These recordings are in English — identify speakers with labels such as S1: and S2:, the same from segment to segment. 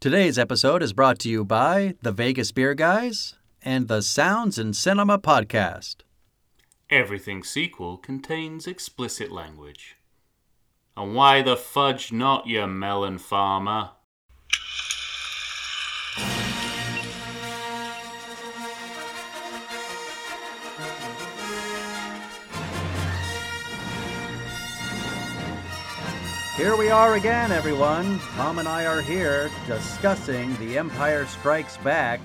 S1: Today's episode is brought to you by the Vegas Beer Guys and the Sounds and Cinema Podcast.
S2: Everything sequel contains explicit language. And why the fudge not, you melon farmer?
S1: Here we are again, everyone. Tom and I are here discussing The Empire Strikes Back,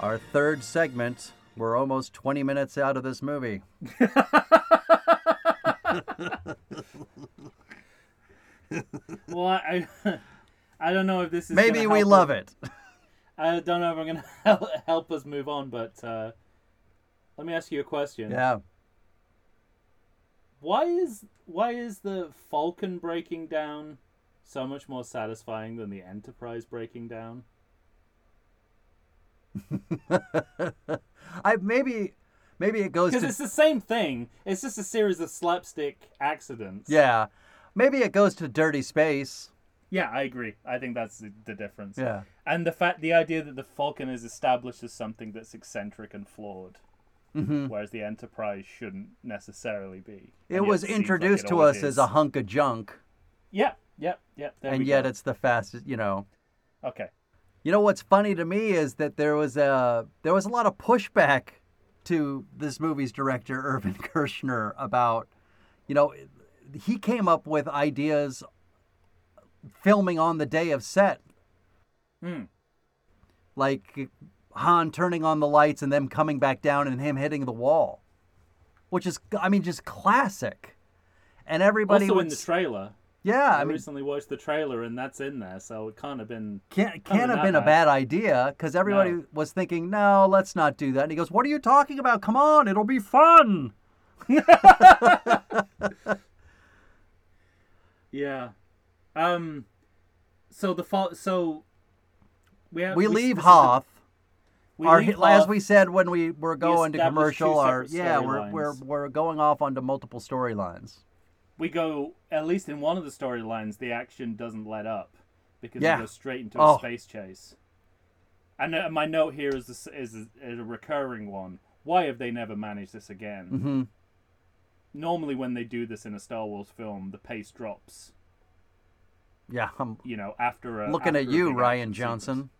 S1: our third segment. We're almost 20 minutes out of this movie.
S3: Well, I, I- I don't know if this is.
S1: Maybe
S3: gonna
S1: we
S3: help
S1: love
S3: us-
S1: it.
S3: I don't know if I'm gonna help, help us move on, but uh, let me ask you a question.
S1: Yeah.
S3: Why is why is the Falcon breaking down so much more satisfying than the Enterprise breaking down?
S1: I maybe maybe it goes
S3: Because
S1: to
S3: it's the same thing. It's just a series of slapstick accidents.
S1: Yeah. Maybe it goes to dirty space.
S3: Yeah, I agree. I think that's the, the difference.
S1: Yeah.
S3: And the fact, the idea that the Falcon is established as something that's eccentric and flawed, whereas the Enterprise shouldn't necessarily be.
S1: Mm-hmm. It
S3: And yet
S1: was
S3: seems like
S1: introduced
S3: it
S1: to us
S3: always
S1: as
S3: is.
S1: a hunk of junk,
S3: Yep, yep, yep. there
S1: and
S3: we
S1: yet
S3: go.
S1: it's the fastest, you know.
S3: okay.
S1: You know what's funny to me is that there was a there was a lot of pushback to this movie's director Irvin Kershner about you know he came up with ideas filming on the day of set.
S3: Hmm.
S1: Like Han turning on the lights and them coming back down and him hitting the wall. Which is I mean just classic. And everybody
S3: also
S1: would
S3: in the
S1: s-
S3: trailer,
S1: Yeah,
S3: I,
S1: I mean
S3: recently watched the trailer, and that's in there, so it can't have been.
S1: can't
S3: Other
S1: can't have
S3: than
S1: been a
S3: that,
S1: bad idea because everybody
S3: No.
S1: was thinking, no, let's not do that. And he goes, "What are you talking about? Come on, it'll be fun."
S3: Yeah. Um. So the fall. So we have,
S1: We leave
S3: this is the-
S1: Hoth.
S3: we
S1: our,
S3: leave
S1: as
S3: Hoth.
S1: we said when we were going to
S3: establish
S1: commercial,
S3: two
S1: our
S3: separate
S1: yeah, we're, we're
S3: storylines.
S1: we're going off onto multiple storylines.
S3: we go at least in one of the storylines the action doesn't let up because
S1: Yeah.
S3: we go straight into
S1: Oh.
S3: a space chase and uh, my note here is this is a, is a recurring one why have they never managed this again
S1: Mhm.
S3: normally when they do this in a star wars film the pace drops
S1: Yeah, I'm
S3: you know after a,
S1: looking at
S3: after a
S1: you,
S3: big
S1: Ryan
S3: action
S1: Johnson.
S3: sequence.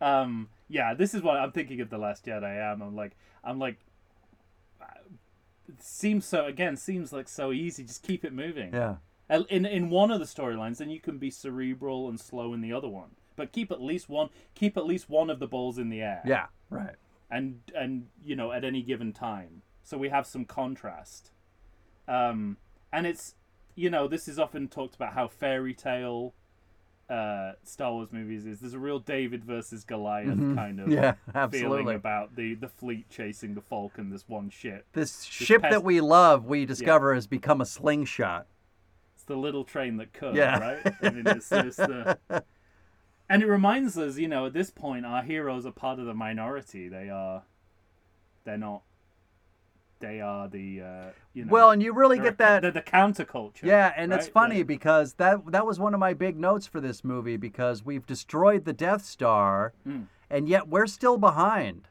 S3: um yeah this is what i'm thinking of the last jedi i am i'm like i'm like it seems so again seems like so easy just keep it moving
S1: Yeah,
S3: At- in in one of the storylines, then you can be cerebral and slow in the other one. But keep at least one keep at least one of the balls in the air.
S1: yeah, right.
S3: And and you know at any given time, so we have some contrast. Um, and it's you know this is often talked about how fairy tale. Uh, Star Wars movies is there's a real David versus Goliath kind of
S1: Mm-hmm. Yeah,
S3: feeling
S1: absolutely.
S3: about the the fleet chasing the Falcon, this one ship,
S1: This ship that
S3: past-
S1: we love, we discover has become a slingshot.
S3: It's the little train that could,
S1: Yeah.
S3: right? I mean, it's, it's the... And it reminds us, you know, at this point, our heroes are part of the minority. They are, they're not. They are the, uh, you know.
S1: Well, and you really
S3: they're-
S1: get that
S3: They're the counterculture.
S1: Yeah, and it's
S3: right?
S1: funny
S3: They're-
S1: because that that was one of my big notes for this movie because we've destroyed the Death Star,
S3: Mm.
S1: and yet we're still behind.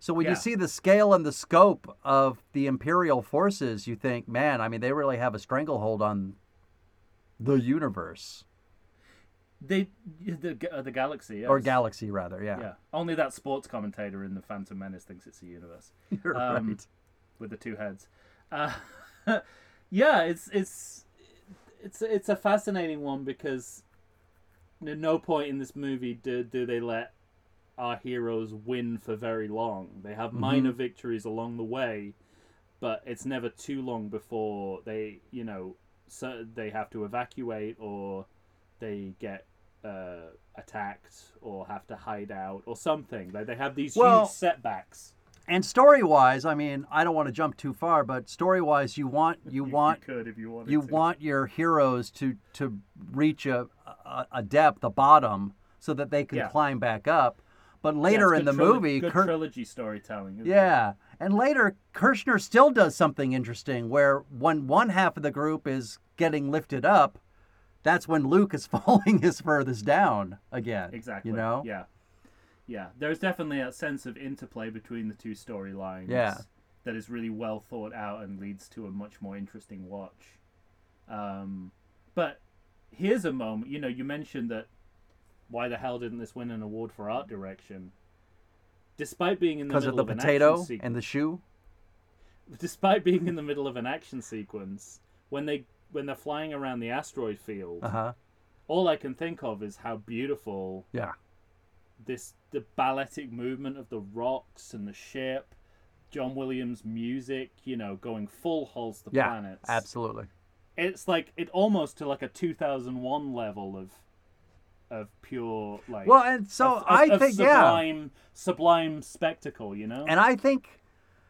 S1: So when
S3: Yeah.
S1: you see the scale and the scope of the Imperial forces, you think, man, I mean, they really have a stranglehold on the universe
S3: they the ga- uh, the galaxy yes.
S1: or galaxy, rather. Yeah,
S3: Yeah, only that sports commentator in the Phantom Menace thinks it's a universe.
S1: you're
S3: Um,
S1: right.
S3: with the two heads. Uh, yeah, it's it's it's it's a fascinating one because at no point in this movie do do they let our heroes win for very long. They
S1: Mm-hmm.
S3: have minor victories along the way, but it's never too long before they you know so they have to evacuate or they get uh, attacked or have to hide out or something. Like they have these
S1: Well-
S3: huge setbacks.
S1: And story wise, I mean, I don't want to jump too far, but story wise, you want you want
S3: could if you wanted
S1: you
S3: to.
S1: want your heroes to to reach a, a a depth, a bottom, so that they can
S3: Yeah.
S1: climb back up. But
S3: Yeah, it's
S1: later in
S3: good
S1: the
S3: trilo-
S1: movie,
S3: good
S1: Kir-
S3: trilogy storytelling. isn't it?
S1: yeah, and later Kirshner still does something interesting where when one half of the group is getting lifted up, that's when Luke is falling his furthest down again.
S3: Exactly.
S1: You know?
S3: Yeah. Yeah. There's definitely a sense of interplay between the two storylines
S1: Yeah.
S3: that is really well thought out and leads to a much more interesting watch. Um, but here's a moment, you know, you mentioned that why the hell didn't this win an award for art direction? Despite being in the
S1: Because
S3: middle
S1: of the
S3: an
S1: potato
S3: action sequence,
S1: and the shoe.
S3: despite being in the middle of an action sequence, when they when they're flying around the asteroid field,
S1: Uh huh.
S3: all I can think of is how beautiful
S1: Yeah.
S3: this the balletic movement of the rocks and the ship, John Williams' music, you know, going full Hulls the
S1: Yeah.
S3: planets.
S1: Absolutely.
S3: It's like it almost to like a two thousand one level of of pure like
S1: Well, and so
S3: of- of-
S1: I
S3: of
S1: think, yeah.
S3: sublime sublime spectacle, you know?
S1: And I think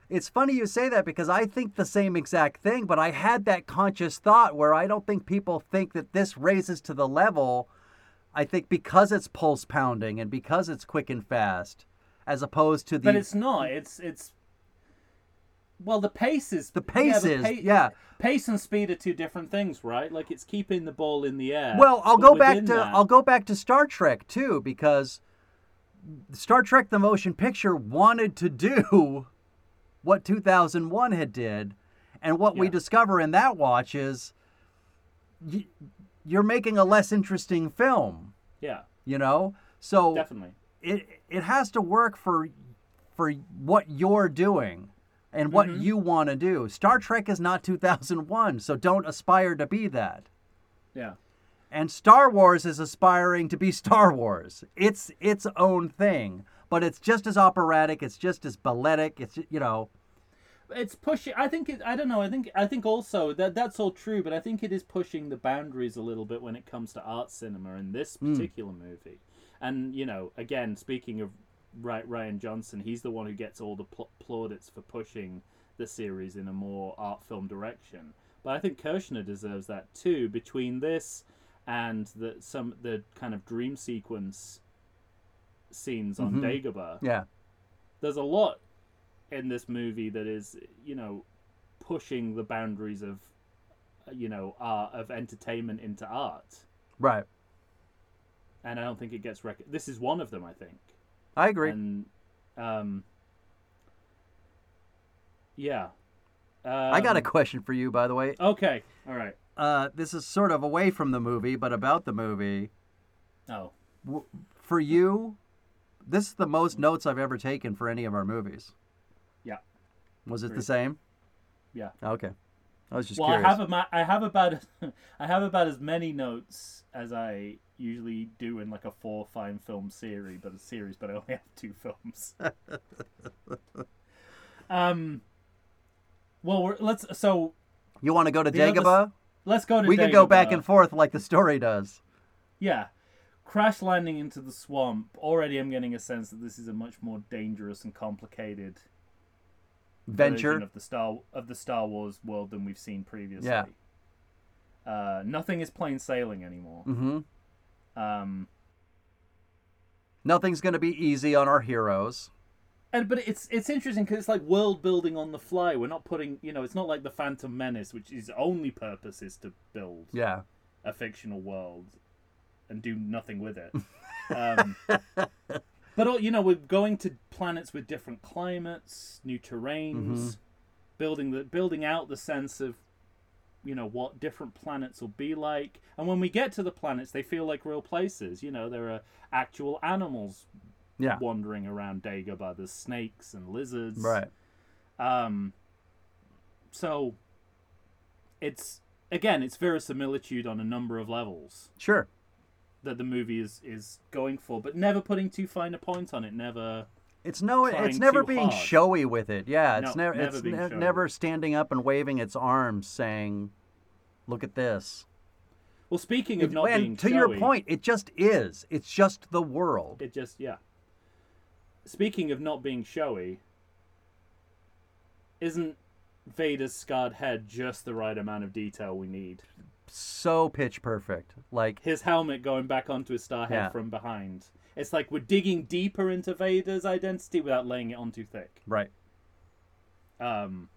S1: it's funny you say that because I think the same exact thing, but I had that conscious thought where I don't think people think that this raises to the level. I think because it's pulse pounding and because it's quick and fast, as opposed to the
S3: but it's not. It's it's well, the pace is
S1: the pace
S3: yeah,
S1: is
S3: the pa-
S1: yeah.
S3: Pace and speed are two different things, right? Like it's keeping the ball in the air.
S1: Well, I'll
S3: but
S1: go back to
S3: within that-
S1: I'll go back to Star Trek too because Star Trek the Motion Picture wanted to do what 2001 had did and what we
S3: Yeah.
S1: discover in that watch is y- you're making a less interesting film,
S3: yeah,
S1: you know? So
S3: definitely.
S1: it it has to work for for what you're doing and what
S3: Mm-hmm.
S1: you want to do. Star Trek is not 2001, so don't aspire to be that
S3: Yeah.
S1: and Star Wars is aspiring to be Star Wars. It's its own thing, but it's just as operatic. It's just as balletic. It's you know,
S3: it's pushing i think it i don't know i think i think also that that's all true but i think it is pushing the boundaries a little bit when it comes to art cinema in this particular movie and you know again speaking of right ryan johnson he's the one who gets all the pl- plaudits for pushing the series in a more art film direction but i think kirshner deserves that too between this and the some the kind of dream sequence scenes on dagobah
S1: yeah,
S3: there's a lot in this movie that is you know pushing the boundaries of you know art of entertainment into art
S1: right.
S3: and i don't think it gets rec- this is one of them i think
S1: I agree.
S3: and um yeah um,
S1: I got a question for you, by the way.
S3: okay all right
S1: Uh, this is sort of away from the movie, but about the movie.
S3: oh
S1: W- For you, this is the most notes I've ever taken for any of our movies.
S3: yeah
S1: Was it the
S3: Agreed.
S1: same?
S3: yeah
S1: Okay, I was just
S3: well
S1: curious.
S3: i have a ma- i have about i have about as many notes as i usually do in like a four fine film series but a series but i only have two films um well we're, let's so
S1: you want to go to
S3: The other-
S1: Dagobah?
S3: let's go to
S1: We could go back
S3: Dagobah.
S1: and forth like the story does.
S3: yeah crash landing into the swamp already i'm getting a sense that this is a much more dangerous and complicated version
S1: Venture.
S3: of the Star of the Star Wars world than we've seen previously.
S1: Yeah.
S3: Uh, nothing is plain sailing anymore.
S1: Mm-hmm.
S3: Um,
S1: Nothing's going to be easy on our heroes.
S3: and but it's it's interesting because it's like world building on the fly. We're not putting you know it's not like the Phantom Menace, which its only purpose is to build
S1: Yeah.
S3: a fictional world and do nothing with it. Um, but all- you know, we're going to planets with different climates, new terrains,
S1: Mm-hmm.
S3: building the building out the sense of you know what different planets will be like. And when we get to the planets, they feel like real places. You know, there are actual animals
S1: Yeah.
S3: wandering around Dagobah. There's snakes and lizards.
S1: Right.
S3: Um, so it's again, it's verisimilitude on a number of levels
S1: Sure.
S3: that the movie is is going for, but never putting too fine a point on it. Never.
S1: It's no.
S3: Trying
S1: It's never
S3: too
S1: being
S3: hard.
S1: showy with it. Yeah. It's
S3: No,
S1: never.
S3: never
S1: It's
S3: being
S1: ne-
S3: showy.
S1: never standing up and waving its arms, saying, "Look at this."
S3: Well, speaking of not
S1: and
S3: being
S1: to your
S3: showy,
S1: point, it just is. It's just the world.
S3: it just yeah. Speaking of not being showy, isn't Vader's scarred head just the right amount of detail we need?
S1: so pitch perfect. Like
S3: His helmet going back onto his star head
S1: Yeah.
S3: from behind. It's like we're digging deeper into Vader's identity without laying it on too thick.
S1: right.
S3: Um,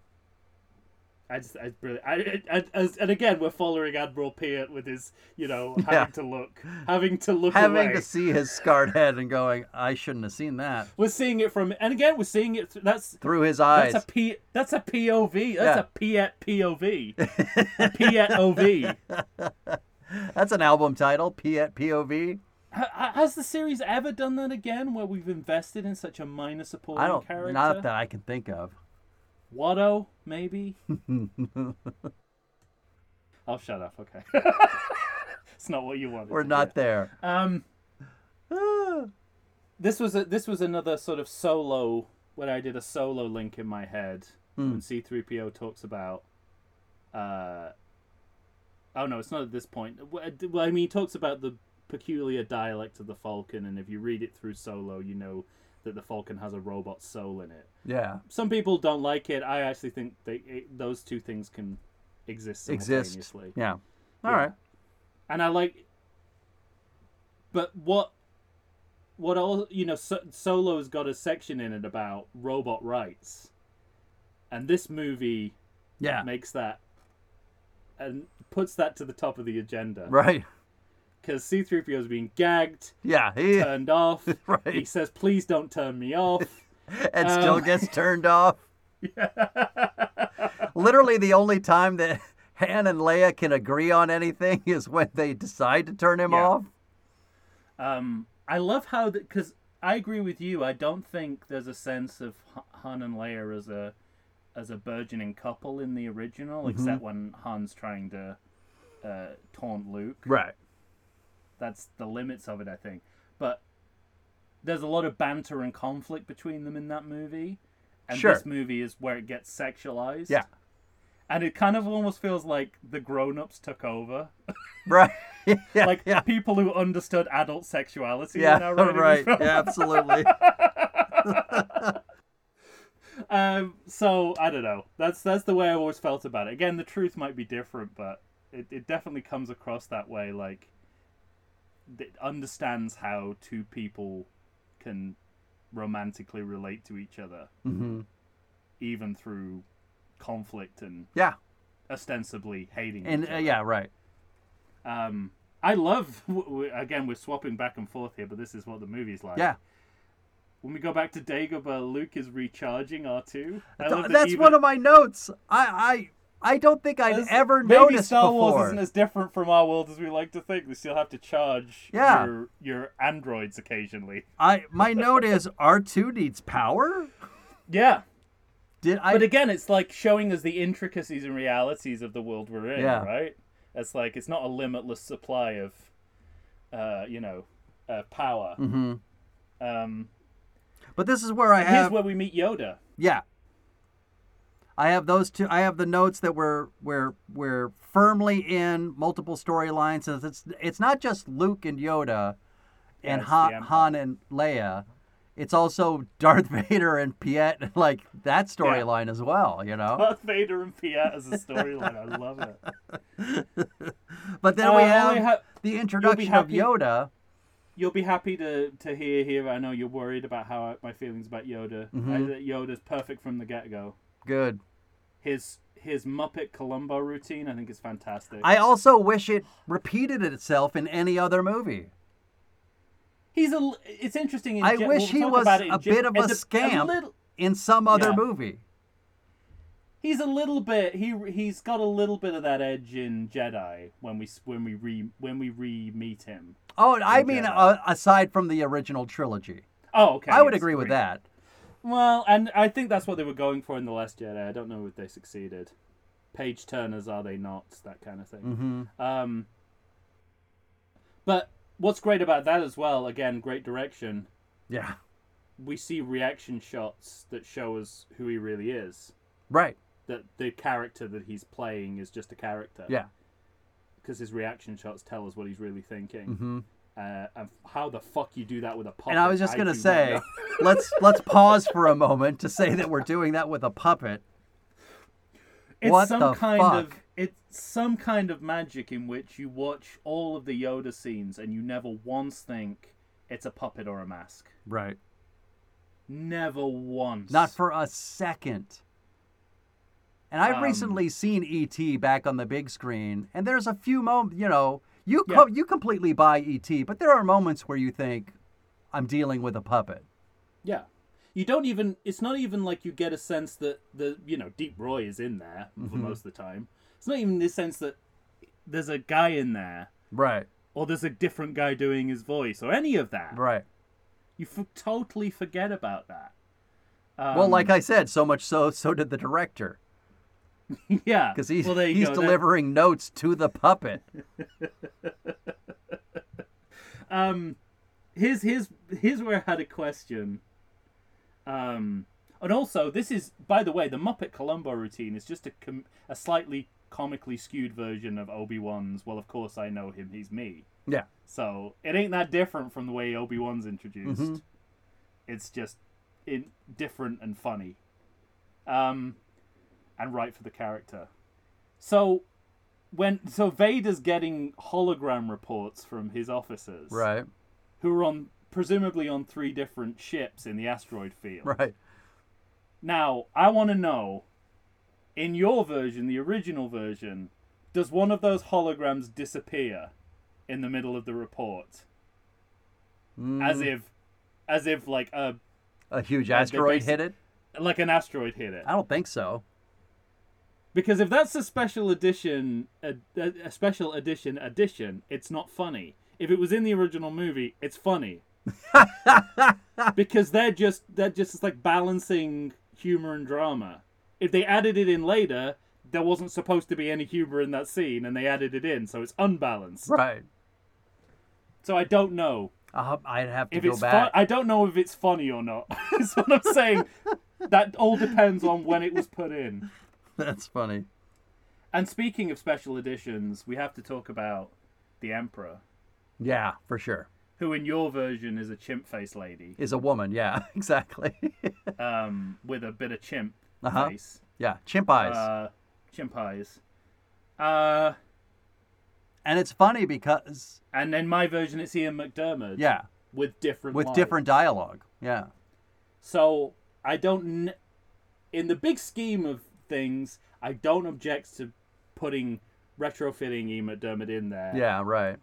S3: I just, I brilliant. I, I, I, as- and again, we're following Admiral Piat with his, you know, having
S1: Yeah.
S3: to look, having to look
S1: Having
S3: away.
S1: to see his scarred head and going, I shouldn't have seen that
S3: We're seeing it from, and again, we're seeing it. Th- that's
S1: through his eyes.
S3: that's a P. That's a POV. That's
S1: Yeah.
S3: a Piet POV. a Piet OV.
S1: That's an album title, P at POV.
S3: Ha- ha- Has the series ever done that again, where we've invested in such a minor supporting
S1: I don't,
S3: character?
S1: not that I can think of.
S3: Watto, maybe. I'll shut up. Okay. it's not what you wanted.
S1: We're
S3: to
S1: not there.
S3: hear. Um,
S1: Ah.
S3: this was a, this was another sort of solo when I did a solo link in my head when C3PO talks about. Uh, oh no, it's not at this point. Well, I- Well, I mean, he talks about the peculiar dialect of the Falcon, and if you read it through Solo, you know that the Falcon has a robot soul in it.
S1: yeah.
S3: some people don't like it. I actually think they, it, those two things can exist simultaneously.
S1: Exist. Yeah. All right.
S3: Yeah. And I like, but what, what all you know, so, Solo's got a section in it about robot rights, and this movie
S1: Yeah.
S3: makes that and puts that to the top of the agenda
S1: Right.
S3: because C-3PO is being gagged,
S1: Yeah. He,
S3: turned off.
S1: Right.
S3: He says, "Please don't turn me off."
S1: and still
S3: um,
S1: gets turned off. Literally, the only time that Han and Leia can agree on anything is when they decide to turn him
S3: Yeah.
S1: off.
S3: Um, I love how that because I agree with you. I don't think there's a sense of H- Han and Leia as a as a burgeoning couple in the original,
S1: Mm-hmm.
S3: except when Han's trying to uh, taunt Luke.
S1: Right.
S3: That's the limits of it, I think. But there's a lot of banter and conflict between them in that movie, and
S1: Sure.
S3: this movie is where it gets sexualized.
S1: Yeah.
S3: And it kind of almost feels like the grown-ups took over,
S1: Right. yeah.
S3: like
S1: yeah.
S3: people who understood adult sexuality. are
S1: Yeah.
S3: now writing these
S1: Right.
S3: films.
S1: Yeah. Absolutely.
S3: Um, so I don't know. That's that's the way I always felt about it. Again, the truth might be different, but it, it definitely comes across that way. Like it understands how two people can romantically relate to each other,
S1: hmm
S3: even through conflict and
S1: Yeah.
S3: ostensibly hating.
S1: And
S3: each
S1: uh,
S3: other.
S1: yeah. Right.
S3: Um, I love. w- w- Again, we're swapping back and forth here, but this is what the movie's like.
S1: Yeah.
S3: When we go back to Dagobah, Luke is recharging R two.
S1: Th- that's one of my notes. I I I don't think I've
S3: There's-
S1: ever
S3: maybe
S1: noticed
S3: Star
S1: before.
S3: Wars isn't as different from our world as we like to think. We still have to charge
S1: Yeah.
S3: your your androids occasionally.
S1: I my note is R two needs power.
S3: Yeah,
S1: Did I?
S3: but again, it's like showing us the intricacies and realities of the world we're in,
S1: Yeah.
S3: right? It's like it's not a limitless supply of, uh, you know, uh, power.
S1: Mhm.
S3: Um,
S1: But this is where I
S3: here's
S1: have
S3: where we meet Yoda.
S1: yeah. I have those two. I have the notes that we're we're we're firmly in multiple storylines. and It's it's not just Luke and Yoda,
S3: Yeah,
S1: and
S3: it's
S1: Han,
S3: the Empire.
S1: Han and Leia. It's also Darth Vader and Piet, like that storyline as well. You know.
S3: Darth Vader and Piat as a storyline. I love it.
S1: But then
S3: Uh,
S1: we
S3: I
S1: have
S3: only ha-
S1: the introduction of
S3: happy-
S1: Yoda.
S3: You'll be happy to, to hear here. I know you're worried about how I, my feelings about Yoda. I,
S1: Mhm.
S3: that Yoda's perfect from the get go.
S1: Good.
S3: his his Muppet Columbo routine. I think is fantastic.
S1: I also wish it repeated itself in any other movie.
S3: He's a. l- It's interesting. In
S1: I
S3: gen-
S1: wish
S3: we'll
S1: he
S3: talk
S1: was
S3: about it in
S1: a
S3: gen-
S1: bit of a
S3: and
S1: scamp.
S3: little-
S1: In some other
S3: Yeah.
S1: movie.
S3: he's a little bit. He he's got a little bit of that edge in Jedi when we s- when we re when we re meet him.
S1: Oh, I
S3: Okay.
S1: mean, uh, aside from the original trilogy,
S3: Oh, okay.
S1: I would
S3: yes,
S1: agree with
S3: great.
S1: that.
S3: Well, and I think that's what they were going for in the Last Jedi. I don't know if they succeeded. Page turners, are they not? That kind of thing.
S1: hmm
S3: Um, but what's great about that as well? Again, great direction.
S1: Yeah,
S3: we see reaction shots that show us who he really is.
S1: right.
S3: That the character that he's playing is just a character.
S1: Yeah.
S3: Because his reaction shots tell us what he's really thinking.
S1: hmm
S3: Uh, and how the fuck you do that with a puppet?
S1: And I was just
S3: do
S1: gonna
S3: not
S1: say,
S3: know.
S1: let's let's pause for a moment to say that we're doing that with a puppet.
S3: it's
S1: what
S3: some
S1: the
S3: kind of
S1: fuck?
S3: it's some kind of magic in which you watch all of the Yoda scenes and you never once think it's a puppet or a mask.
S1: Right.
S3: Never once.
S1: Not for a second. And I've
S3: Um,
S1: recently seen E.T. back on the big screen, and there's a few moments, you know, you
S3: Yeah.
S1: co- you completely buy E.T., but there are moments where you think, I'm dealing with a puppet.
S3: Yeah. You don't even it's not even like you get a sense that the you know, Deep Roy is in there for
S1: Mhm.
S3: most of the time. It's not even this sense that there's a guy in there
S1: Right,
S3: or there's a different guy doing his voice or any of that.
S1: right.
S3: You f- totally forget about that.
S1: well,
S3: Um,
S1: like I said, so much so, so did the director,
S3: Um, yeah,
S1: because he's
S3: well, there you
S1: he's
S3: go. That-
S1: delivering notes to the puppet.
S3: um here's here's here's where I had a question. Um and also this is by the way the Muppet Columbo routine is just a com- a slightly comically skewed version of Obi-Wan's well of course I know him he's me.
S1: Yeah.
S3: So it ain't that different from the way Obi-Wan's introduced.
S1: Mhm.
S3: It's just in- different and funny. Um and right for the character. So when so Vader's getting hologram reports from his officers
S1: Right,
S3: who were on presumably on three different ships in the asteroid field.
S1: right.
S3: Now, I want to know in your version, the original version, does one of those holograms disappear in the middle of the report as
S1: Mm,
S3: if as if like a
S1: a huge
S3: like they
S1: asteroid
S3: basi-
S1: hit it.
S3: like an asteroid hit it?
S1: I don't think so.
S3: Because if that's a special edition a, a, a special edition edition, it's not funny. If it was in the original movie, it's funny. because they're just they're just like balancing humor and drama. If they added it in later, there wasn't supposed to be any humor in that scene and they added it in, so it's unbalanced.
S1: Right.
S3: So I don't know
S1: Uh, I'd have to
S3: if
S1: go
S3: it's fun-
S1: back.
S3: I don't know if it's funny or not. That's what I'm saying. that all depends on when it was put in.
S1: That's funny.
S3: And speaking of special editions, we have to talk about the Emperor,
S1: Yeah, for sure.
S3: who in your version is a chimp face lady,
S1: Is a woman. Yeah, exactly.
S3: um, with a bit of chimp
S1: Uh-huh.
S3: face,
S1: yeah, chimp eyes.
S3: uh, chimp eyes. Uh,
S1: and it's funny because
S3: and then my version, it's Ian McDermott.
S1: yeah,
S3: with different
S1: with
S3: lines.
S1: different dialogue. Yeah.
S3: So I don't, n- in the big scheme of things, I don't object to putting retrofitting Ian McDermott in there.
S1: Yeah, right.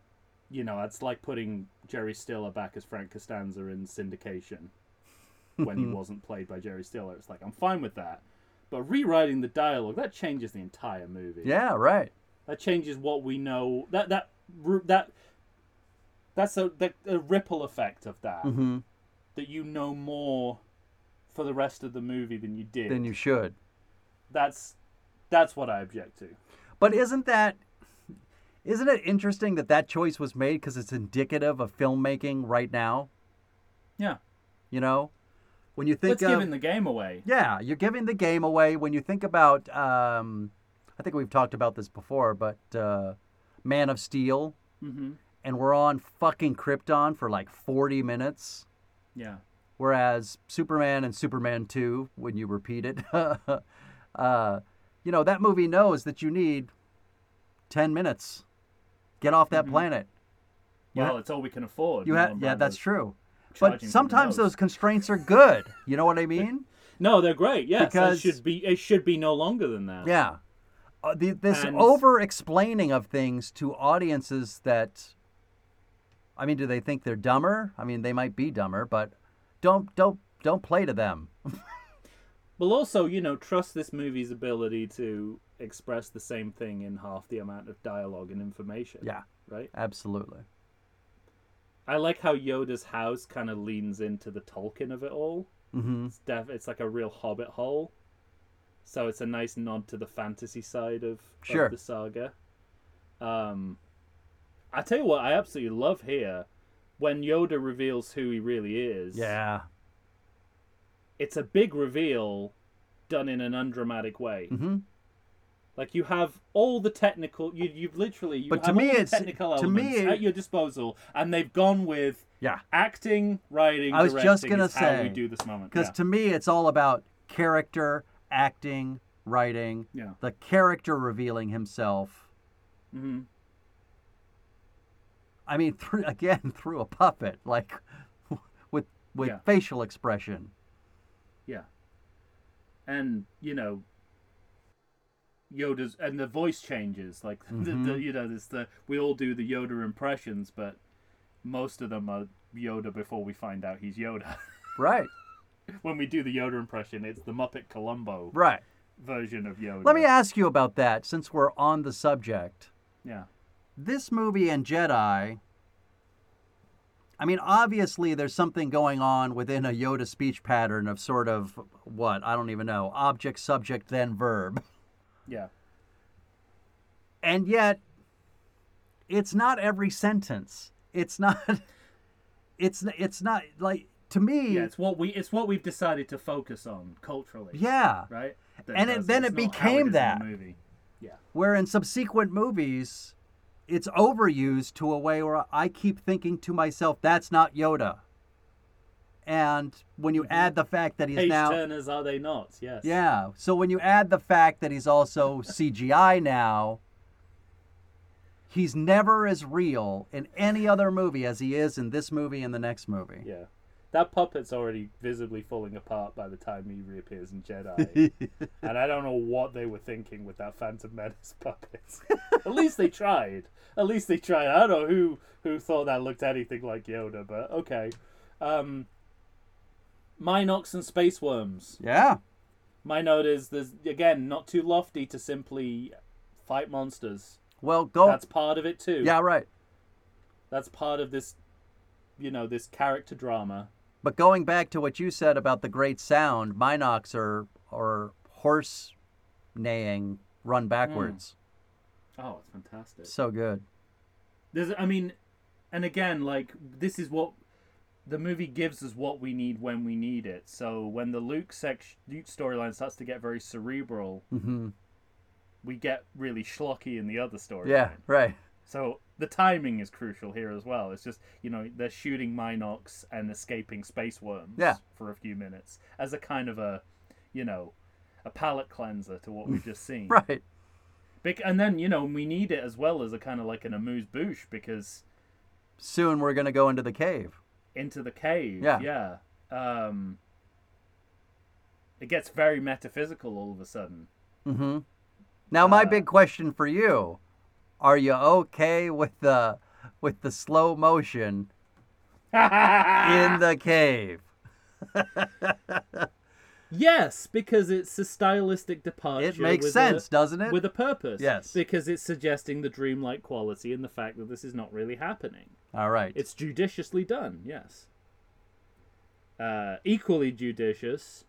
S3: you know, it's like putting Jerry Stiller back as Frank Costanza in syndication when he wasn't played by Jerry Stiller. It's like, I'm fine with that. But rewriting the dialogue, that changes the entire movie.
S1: Yeah, right.
S3: That changes what we know. That, that, ru- that, that's a, that, a ripple effect of that,
S1: Mm-hmm.
S3: that you know more for the rest of the movie than you did.
S1: Then you should.
S3: That's, that's what I object to.
S1: But isn't that isn't it interesting that that choice was made because it's indicative of filmmaking right now?
S3: Yeah.
S1: You know, when you think uh,
S3: It's
S1: of
S3: giving the game away.
S1: Yeah, you're giving the game away when you think about. Um, I think we've talked about this before, but uh, Man of Steel,
S3: Mm-hmm.
S1: and we're on fucking Krypton for like 40 minutes,
S3: Yeah.
S1: whereas Superman and Superman 2, when you repeat it, uh, you know, that movie knows that you need 10 minutes. Get off that planet. You ha-
S3: Well, it's all we can afford.
S1: You ha-
S3: Marlon
S1: yeah, that's
S3: Brando's
S1: true.
S3: charging
S1: But
S3: for the
S1: sometimes
S3: nose.
S1: those constraints are good. You know what I mean?
S3: No, they're great. Yes,
S1: Because-
S3: it should be it should be no longer than that.
S1: Yeah. Uh, the, this
S3: And-
S1: over explaining of things to audiences that I mean, do they think they're dumber? I mean, they might be dumber, but don't don't don't play to them.
S3: But also, you know, trust this movie's ability to express the same thing in half the amount of dialogue and information.
S1: Yeah,
S3: Right.
S1: absolutely.
S3: I like how Yoda's house kind of leans into the Tolkien of it all.
S1: hmm
S3: It's def- it's like a real Hobbit hole. So it's a nice nod to the fantasy side of,
S1: Sure.
S3: of the saga. Um, I tell you what, I absolutely love here when Yoda reveals who he really is.
S1: Yeah.
S3: it's a big reveal done in an undramatic way.
S1: hmm
S3: Like you have all the technical, you, you've literally, you
S1: But to
S3: have
S1: me
S3: all the
S1: it's-
S3: technical
S1: to me
S3: elements
S1: it-
S3: at your disposal, and they've gone with
S1: Yeah.
S3: acting, writing.
S1: I was just
S3: directing
S1: gonna
S3: is how
S1: say,
S3: we do this moment.
S1: Because
S3: Yeah.
S1: to me, it's all about character, acting, writing,
S3: yeah,
S1: the character revealing himself.
S3: hmm
S1: I mean, through, again, through a puppet, like with with
S3: Yeah.
S1: facial expression.
S3: yeah, and you know, Yoda's and the voice changes. Like the, the,
S1: Mm-hmm.
S3: you know, this the we all do the Yoda impressions, but most of them are Yoda before we find out he's Yoda.
S1: Right.
S3: when we do the Yoda impression, it's the Muppet Columbo
S1: Right.
S3: version of Yoda.
S1: Let me ask you about that since we're on the subject.
S3: Yeah.
S1: This movie and Jedi, I mean, obviously there's something going on within a Yoda speech pattern of sort of what? I don't even know. Object, subject, then verb.
S3: Yeah.
S1: And yet, it's not every sentence. It's not. It's it's not like to me.
S3: Yeah. It's what we it's what we've decided to focus on culturally.
S1: yeah.
S3: Right. That
S1: And it-
S3: does-
S1: then
S3: it's
S1: it
S3: not how
S1: became
S3: is in the
S1: that.
S3: movie. Yeah.
S1: Where in subsequent movies, it's overused to a way where I keep thinking to myself, that's not Yoda. And when you add the fact that he's
S3: Page
S1: now.
S3: turners are they not? Yes.
S1: Yeah. So when you add the fact that he's also CGI now, he's never as real in any other movie as he is in this movie and the next movie.
S3: Yeah. That puppet's already visibly falling apart by the time he reappears in Jedi. and I don't know what they were thinking with that Phantom Menace puppet. At least they tried. At least they tried. I don't know who, who thought that looked anything like Yoda, but okay. Um, Minox and Space Worms.
S1: Yeah.
S3: My note is there's again not too lofty to simply fight monsters.
S1: Well, go.
S3: That's part of it too.
S1: yeah, right.
S3: That's part of this you know, this character drama.
S1: But going back to what you said about the great sound, Minox are, are horse neighing run backwards.
S3: Oh, it's fantastic.
S1: So good.
S3: There's, I mean, and again, like this is what the movie gives us what we need when we need it. So when the Luke sex Luke storyline starts to get very cerebral,
S1: hmm
S3: we get really schlocky in the other story.
S1: Yeah, right.
S3: So the timing is crucial here as well. It's just you know they're shooting Minox and escaping space worms
S1: Yeah.
S3: for a few minutes as a kind of a, you know, a palate cleanser to what we've just seen.
S1: Right.
S3: Bec- and then you know we need it as well as a kind of like an amuse bouche because
S1: Soon we're going to go into the cave.
S3: into the cave.
S1: Yeah.
S3: Yeah. Um, it gets very metaphysical all of a sudden.
S1: Mm-hmm. Now, my
S3: Uh,
S1: big question for you: Are you okay with the with the slow motion in the cave?
S3: yes, because it's a stylistic departure.
S1: It makes
S3: with
S1: sense,
S3: a-
S1: doesn't it?
S3: With a purpose.
S1: Yes.
S3: Because it's suggesting the dreamlike quality and the fact that this is not really happening.
S1: All right.
S3: It's judiciously done, yes. Uh, equally judicious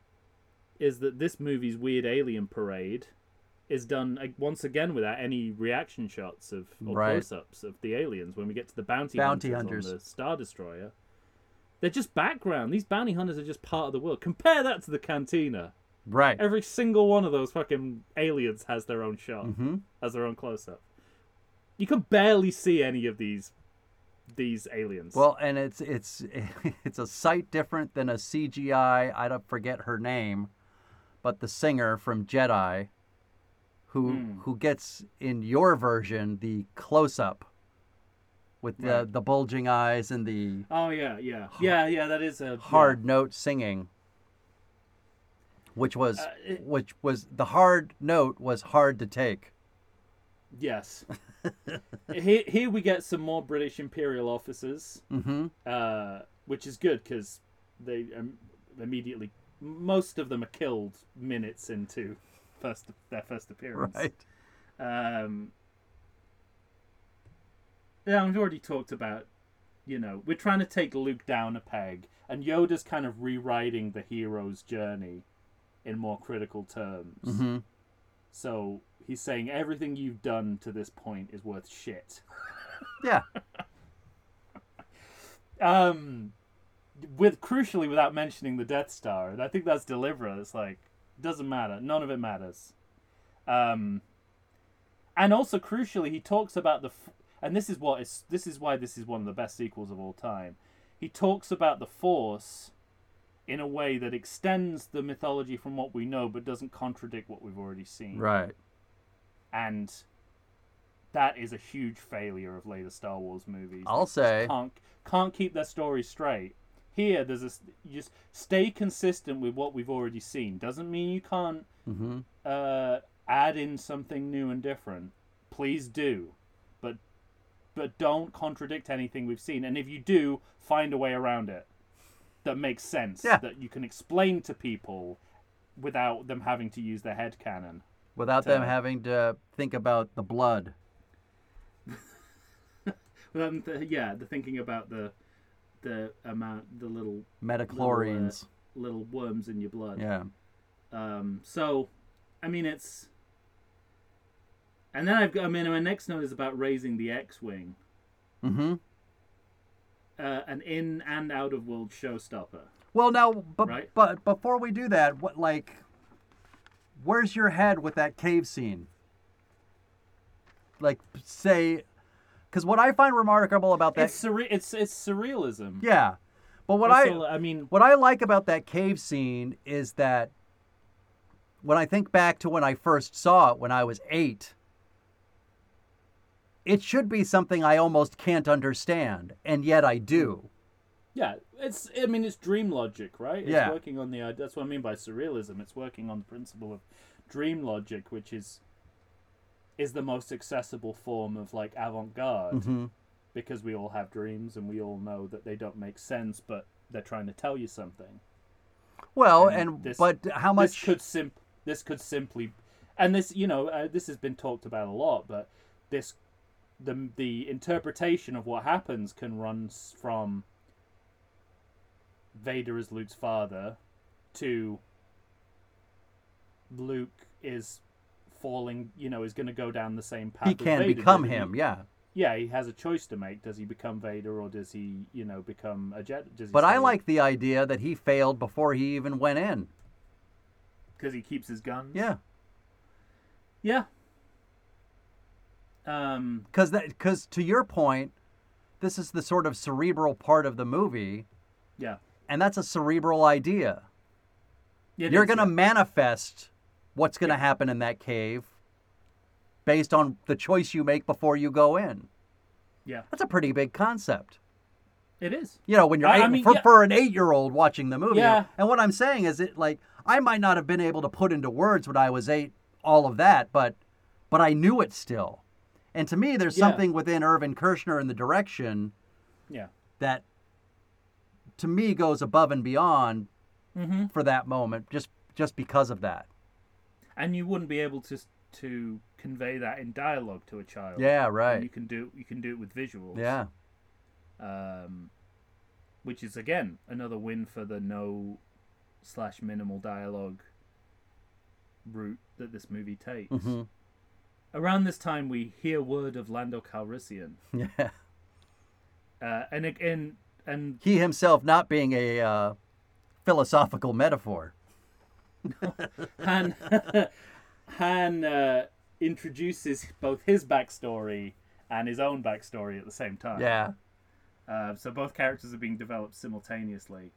S3: is that this movie's Weird Alien Parade is done uh, once again without any reaction shots of or
S1: Right.
S3: close-ups of the aliens. When we get to the bounty,
S1: Bounty
S3: hunters, on
S1: hunters.
S3: the Star Destroyer, they're just background. These bounty hunters are just part of the world. Compare that to the Cantina.
S1: right.
S3: Every single one of those fucking aliens has their own shot,
S1: Mm-hmm.
S3: has their own close-up. You can barely see any of these these aliens.
S1: Well, and it's it's it's a sight different than a CGI. I don't forget her name, but the singer from Jedi, who
S3: Hmm.
S1: who gets in your version the close up, with the
S3: Right.
S1: the bulging eyes and the
S3: Oh yeah, yeah, yeah, yeah. That is a
S1: hard note singing which was
S3: Uh, it-
S1: which was the hard note was hard to take
S3: yeah, Yes. here, here we get some more British imperial officers,
S1: mm-hmm
S3: uh, which is good because they um, immediately most of them are killed minutes into first their first appearance.
S1: right
S3: Um, yeah, I've already talked about. You know, we're trying to take Luke down a peg, and Yoda's kind of rewriting the hero's journey in more critical terms.
S1: mm-hmm
S3: So he's saying everything you've done to this point is worth shit.
S1: yeah
S3: Um, with crucially without mentioning the Death Star, and I think that's deliberate. It's like doesn't matter. None of it matters. Um, and also crucially, he talks about the f- and this is what is this is why this is one of the best sequels of all time. He talks about the Force in a way that extends the mythology from what we know, but doesn't contradict what we've already seen.
S1: Mm-hmm. right
S3: and that is a huge failure of later Star Wars movies.
S1: I'll
S3: They just
S1: say.
S3: can't can't keep their story straight. Here, there's a s- you just stay consistent with what we've already seen. Doesn't mean you can't
S1: mm-hmm
S3: uh, add in something new and different, please do. But but don't contradict anything we've seen. And if you do, find a way around it that makes sense.
S1: Yeah.
S3: That you can explain to people without them having to use their head cannon.
S1: without them having to think about the blood.
S3: Um, the, yeah, the thinking about the the amount, the little
S1: Metachlorines.
S3: little worms in your blood.
S1: yeah.
S3: Um, so, I mean, it's. And then I've got. I mean, my next note is about raising the X-wing,
S1: Mm-hmm.
S3: uh, an in and out of world showstopper.
S1: Well, now, but
S3: Right.
S1: but before we do that, what like, where's your head with that cave scene? Like, say, because what I find remarkable about that,
S3: It's surre- It's it's surrealism.
S1: yeah, but what
S3: It's
S1: I
S3: all- I mean,
S1: what I like about that cave scene is that when I think back to when I first saw it when I was eight, it should be something I almost can't understand, and yet I do.
S3: yeah. It's. I mean, it's dream logic, right? It's
S1: Yeah.
S3: working on the. That's what I mean by surrealism. It's working on the principle of dream logic, which is is the most accessible form of like avant-garde.
S1: hmm
S3: because we all have dreams and we all know that they don't make sense, but they're trying to tell you something.
S1: Well,
S3: And
S1: and,
S3: this-
S1: but how
S3: This
S1: much?
S3: could simp. This could simply, and this you know uh, this has been talked about a lot, but this the the interpretation of what happens can run s- from Vader is Luke's father to Luke is falling, you know, is going to go down the same path.
S1: he
S3: as
S1: can
S3: Vader
S1: become
S3: did. He-
S1: him. Yeah,
S3: yeah, he has a choice to make. Does he become Vader or does he, you know, become a Jedi? Does he
S1: but I like the idea that he failed before he even went in.
S3: because he keeps his guns.
S1: Yeah,
S3: yeah. Um,
S1: because that because to your point, this is the sort of cerebral part of the movie,
S3: yeah,
S1: and that's a cerebral idea.
S3: yeah.
S1: You're
S3: it's-
S1: gonna
S3: yeah.
S1: manifest what's gonna happen in that cave based on the choice you make before you go in.
S3: yeah,
S1: That's a pretty big concept.
S3: it is.
S1: You know, when you're
S3: I-
S1: eight,
S3: I mean,
S1: for,
S3: yeah.
S1: for an eight-year-old watching the movie.
S3: Yeah.
S1: And what I'm saying is, it like I might not have been able to put into words when I was eight all of that, but but I knew it still. And to me, there's
S3: Yeah.
S1: something within Irvin Kershner in the direction
S3: Yeah,
S1: that, to me, goes above and beyond
S3: Mhm.
S1: for that moment, just just because of that.
S3: and you wouldn't be able to s- to convey that in dialogue to a child.
S1: Yeah,
S3: And you
S1: right.
S3: can do you can do it with visuals.
S1: Yeah,
S3: Um, which is again another win for the no slash minimal dialogue route that this movie takes.
S1: Mhm.
S3: Around this time, we hear word of Lando Calrissian,
S1: yeah.
S3: uh, and ag- and and
S1: He himself not being a uh, philosophical metaphor.
S3: Han Han uh, introduces both his backstory and his own backstory at the same time.
S1: Yeah.
S3: Uh, so both characters are being developed simultaneously,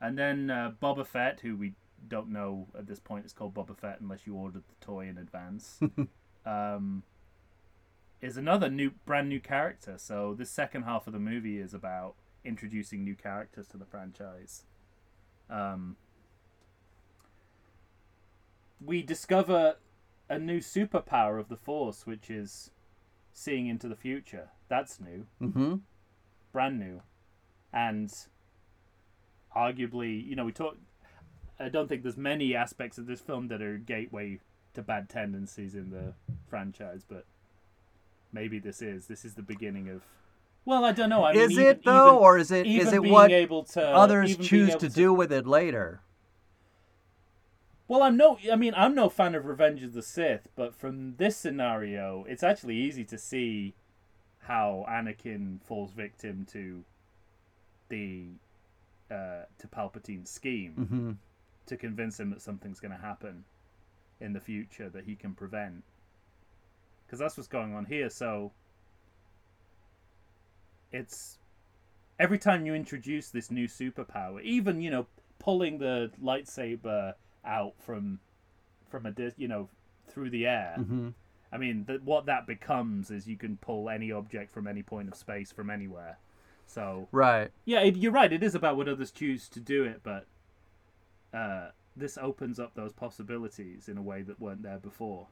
S3: and then uh, Boba Fett, who we don't know at this point, is called Boba Fett unless you ordered the toy in advance. um, is another new, brand new character. So this second half of the movie is about introducing new characters to the franchise. Um, we discover a new superpower of the Force, which is seeing into the future. That's new
S1: Mm-hmm.
S3: brand new, and arguably, you know, we talk. I don't think there's many aspects of this film that are gateway to bad tendencies in the franchise, but maybe this is. This is the beginning of. Well, I don't know. I mean,
S1: is
S3: even-
S1: it though,
S3: even-
S1: or is it
S3: even
S1: is it
S3: being
S1: what
S3: able to
S1: others
S3: Uh, even being
S1: choose
S3: able
S1: to, do with it later?
S3: Well, I'm no. I mean, I'm no fan of Revenge of the Sith, but from this scenario, it's actually easy to see how Anakin falls victim to the uh, to Palpatine's scheme
S1: Mm-hmm.
S3: to convince him that something's going to happen in the future that he can prevent. Because that's what's going on here. So it's every time you introduce this new superpower, even you know pulling the lightsaber out from from a dis- you know through the air.
S1: Mm-hmm.
S3: I mean, th- what that becomes is you can pull any object from any point of space from anywhere. So
S1: Right.
S3: yeah, it, you're right. It is about what others choose to do it, but uh, this opens up those possibilities in a way that weren't there before.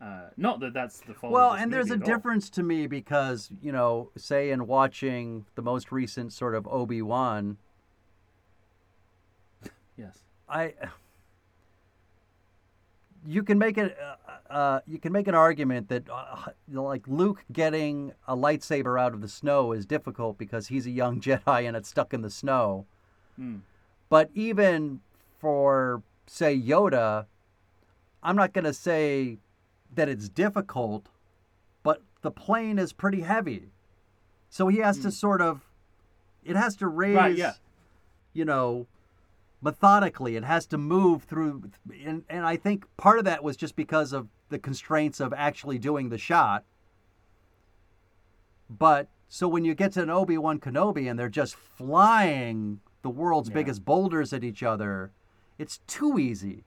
S3: Uh, not that that's the fault. of
S1: Well,
S3: this
S1: and there's
S3: movie
S1: a
S3: at all.
S1: difference to me because, you know, say in watching the most recent sort of Obi Wan,
S3: Yes.
S1: I you can make it uh, uh, you can make an argument that uh, like Luke getting a lightsaber out of the snow is difficult because he's a young Jedi and it's stuck in the snow.
S3: Hmm.
S1: But even for say Yoda, I'm not going to say that it's difficult, but the plane is pretty heavy. So he has to sort of it has to raise
S3: Hmm. yeah.
S1: you know methodically it has to move through and, and i think part of that was just because of the constraints of actually doing the shot but so when you get to an obi-wan kenobi and they're just flying the world's
S3: Yeah.
S1: biggest boulders at each other it's too easy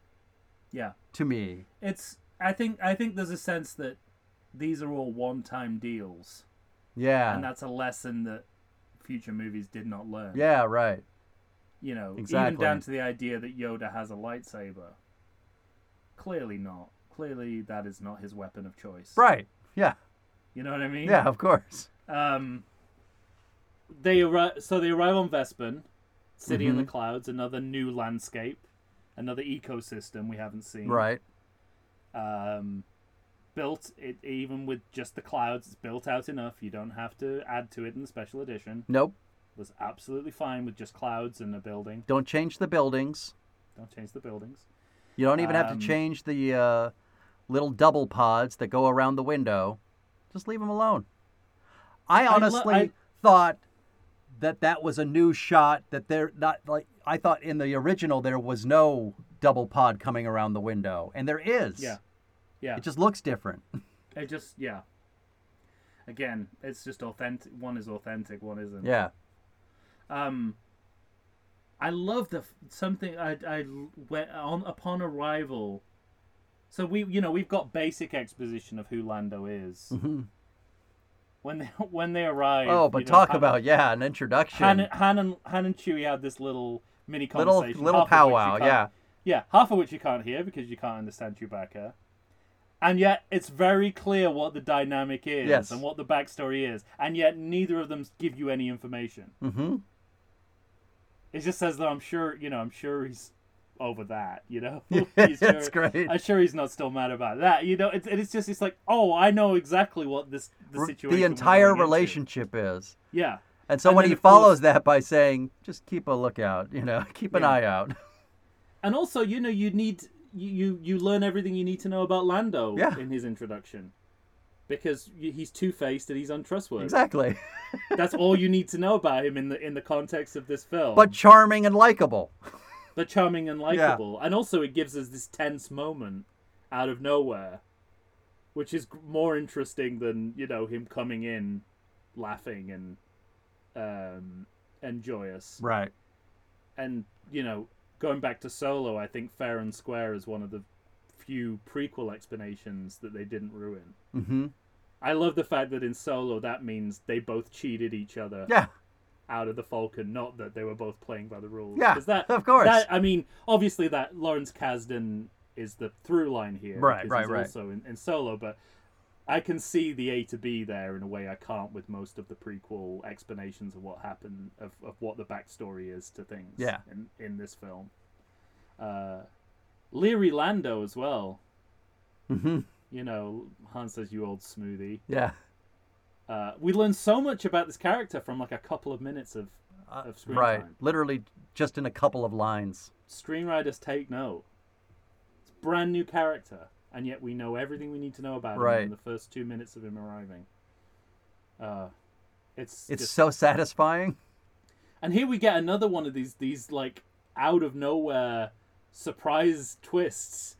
S3: Yeah.
S1: to me
S3: It's. I think. I think there's a sense that these are all one-time deals,
S1: yeah
S3: and that's a lesson that future movies did not learn.
S1: yeah right
S3: You know,
S1: Exactly.
S3: even down to the idea that Yoda has a lightsaber. Clearly not. Clearly, that is not his weapon of choice.
S1: right yeah
S3: You know what I mean?
S1: yeah of course
S3: Um, they arrive. So they arrive on Vespin, city in the
S1: Mhm.
S3: clouds, another new landscape, another ecosystem we haven't seen.
S1: right
S3: Um, built it even with just the clouds. It's built out enough. You don't have to add to it in the special edition.
S1: nope
S3: was absolutely fine with just clouds and a building.
S1: don't change the buildings
S3: Don't change the buildings.
S1: You don't even have
S3: Um,
S1: to change the uh, little double pods that go around the window. Just leave them alone. I
S3: lo-
S1: honestly
S3: I-
S1: thought that that was a new shot. That they're not like I thought in the original there was no double pod coming around the window, and there is.
S3: Yeah. Yeah.
S1: It just looks different.
S3: It just yeah. Again, it's just authentic. One is authentic. One isn't.
S1: yeah.
S3: Um, I love the f- something I I went on upon arrival. So we you know we've got basic exposition of who Lando is
S1: Mhm.
S3: when they when they arrive.
S1: Oh,
S3: you
S1: but
S3: know,
S1: talk
S3: Han-
S1: about yeah, an introduction.
S3: Han, Han and Han and Chewie had this little mini
S1: little
S3: conversation,
S1: little
S3: half of which you
S1: powwow.
S3: can't-
S1: Yeah.
S3: yeah, half of which you can't hear because you can't understand Chewbacca. And yet, it's very clear what the dynamic is
S1: Yes.
S3: and what the backstory is, and yet neither of them give you any information.
S1: Mm-hmm.
S3: It just says that I'm sure, you know, I'm sure he's over that, you know? He's
S1: That's great.
S3: I'm sure he's not still mad about that, you know? It's, and it's just, it's like, oh, I know exactly what this the
S1: R-
S3: situation we're
S1: entire
S3: going into.
S1: relationship is.
S3: Yeah.
S1: And so
S3: And
S1: when
S3: then,
S1: he
S3: of course-
S1: follows that by saying, just keep a lookout, you know, keep an
S3: Yeah.
S1: eye out.
S3: And also, you know, you need, you, you, you learn everything you need to know about Lando
S1: Yeah.
S3: in his introduction. Because y- he's two faced and he's untrustworthy.
S1: Exactly.
S3: That's all you need to know about him in the in the context of this film.
S1: But charming and likable.
S3: but charming and likable, and also it gives us this tense moment out of nowhere, which is g- more interesting than you know him coming in, laughing and um and joyous,
S1: Right.
S3: and you know going back to Solo, I think Fair and Square is one of the few prequel explanations that they didn't ruin.
S1: Mm-hmm.
S3: I love the fact that in Solo that means they both cheated each other.
S1: Yeah.
S3: out of the Falcon, not that they were both playing by the rules.
S1: Yeah,
S3: 'Cause that,
S1: of course.
S3: That, I mean, obviously, that Lawrence Kasdan is the through line here.
S1: Right,
S3: because
S1: right,
S3: he's
S1: right.
S3: Also in, in solo, but I can see the A to B there in a way I can't with most of the prequel explanations of what happened, of, of what the backstory is to things
S1: Yeah.
S3: in, in this film. Uh, Leary Lando as well.
S1: Mm-hmm.
S3: You know, Han says, you old smoothie.
S1: Yeah.
S3: Uh, we learn so much about this character from like a couple of minutes of,
S1: Uh,
S3: of screen
S1: right.
S3: time.
S1: Literally just in a couple of lines.
S3: screenwriters take note. It's a brand new character, and yet we know everything we need to know about him
S1: Right.
S3: in the first two minutes of him arriving. Uh, it's
S1: It's
S3: just-
S1: so satisfying.
S3: and here we get another one of these these like out of nowhere surprise twists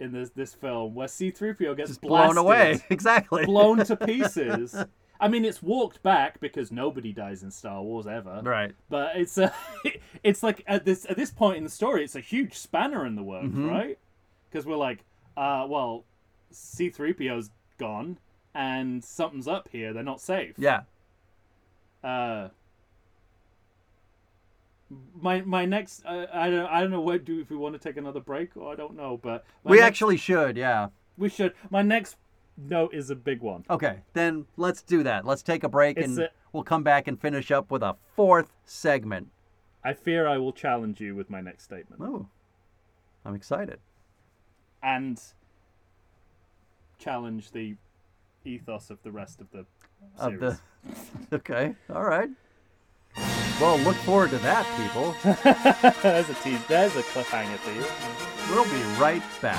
S3: in this this film where C three PO gets
S1: Just
S3: blasted,
S1: blown away. exactly.
S3: blown to pieces. I mean, it's walked back because nobody dies in Star Wars ever
S1: Right.
S3: but it's a, it's like at this at this point in the story, it's a huge spanner in the works,
S1: Mhm.
S3: right? Because we're like, uh, well, C three PO's gone, and something's up here. They're not safe.
S1: Yeah.
S3: Uh, my my next uh, I don't I don't know what do if we want to take another break or I don't know, but my
S1: we
S3: next-
S1: actually should, yeah.
S3: we should. My next note is a big one.
S1: Okay, then let's do that. Let's take a break
S3: It's
S1: and
S3: a-
S1: we'll come back and finish up with a fourth segment.
S3: I fear I will challenge you with my next statement.
S1: Ooh, I'm excited.
S3: and challenge the ethos of the rest of the
S1: Of
S3: series.
S1: the- Okay, all right. Well, look forward to that, people.
S3: there's a tease. There's a cliffhanger for you.
S1: We'll be right back.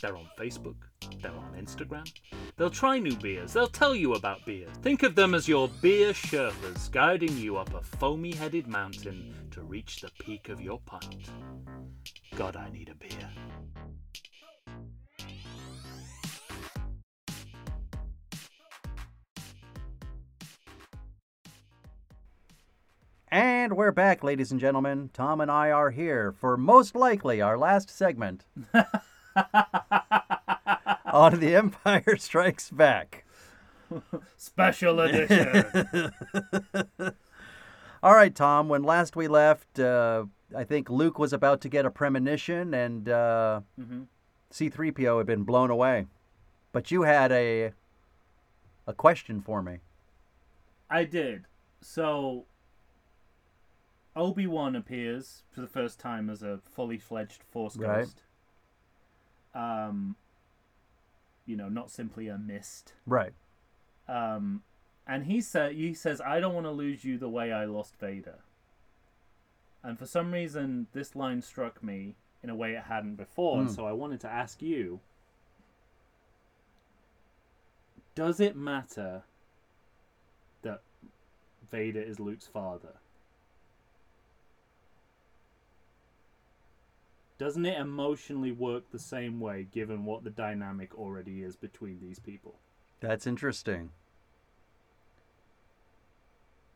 S3: They're on Facebook. They're on Instagram. They'll try new beers. They'll tell you about beer. Think of them as your beer Sherpas guiding you up a foamy headed mountain to reach the peak of your pint. God, I need a beer.
S1: And we're back, ladies and gentlemen. Tom and I are here for most likely our last segment on The Empire Strikes Back.
S3: Special edition.
S1: All right, Tom, when last we left, uh, I think Luke was about to get a premonition and uh, C3PO had been blown away. But you had a, a question for me.
S3: I did. So, Obi Wan appears for the first time as a fully fledged Force
S1: Right.
S3: ghost. Um, you know, not simply a mist.
S1: Right.
S3: um, and he said he says I don't want to lose you the way I lost Vader. And for some reason, this line struck me in a way it hadn't before, and so I wanted to ask you: Does it matter that Vader is Luke's father? Doesn't it emotionally work the same way given what the dynamic already is between these people?
S1: That's interesting.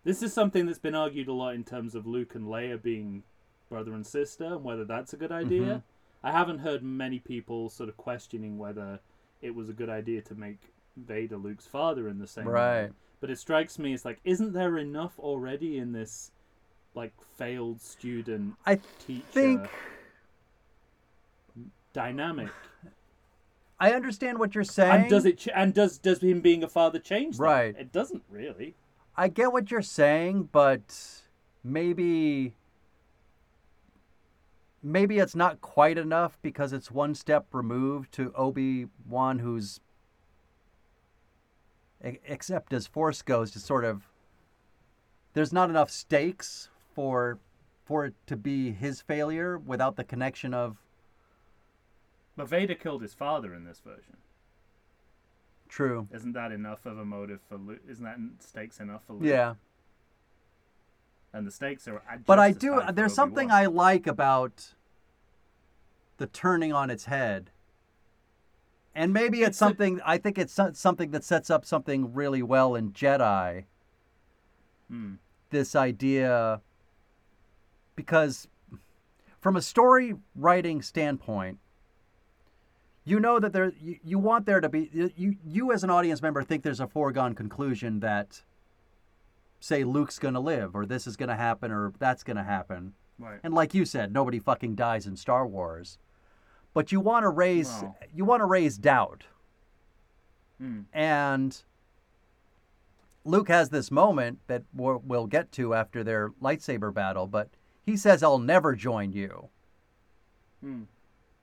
S3: This is something that's been argued a lot in terms of Luke and Leia being brother and sister and whether that's a good
S1: Mm-hmm.
S3: idea. I haven't heard many people sort of questioning whether it was a good idea to make Vader Luke's father in the same way.
S1: Right.
S3: But it strikes me as like, isn't there enough already in this like failed student
S1: I
S3: teacher
S1: think.
S3: dynamic?
S1: I understand what you're saying.
S3: And does it ch- and does does him being a father change that?
S1: Right.
S3: It doesn't really.
S1: I get what you're saying, but maybe maybe it's not quite enough because it's one step removed to Obi-Wan who's e- except as force goes to sort of there's not enough stakes for for it to be his failure without the connection of
S3: But Vader killed his father in this version.
S1: true.
S3: Isn't that enough of a motive for Luke? Isn't that stakes enough for Luke?
S1: Yeah.
S3: and the stakes are. at
S1: But
S3: just
S1: I
S3: as
S1: do.
S3: high for
S1: There's something
S3: Obi-Wan.
S1: I like about the turning on its head, and maybe it's,
S3: It's a-
S1: something. I think it's so- something that sets up something really well in Jedi.
S3: Hmm.
S1: This idea, because from a story writing standpoint, you know that there you, you want there to be you- you you as an audience member think there's a foregone conclusion that say Luke's going to live or this is going to happen or that's going to happen.
S3: Right.
S1: And like you said, nobody fucking dies in Star Wars. But you want to raise
S3: No. Hmm,
S1: you want to raise doubt.
S3: Mm.
S1: And Luke has this moment that we'll we'll get to after their lightsaber battle, but he says, I'll never join you.
S3: Hmm.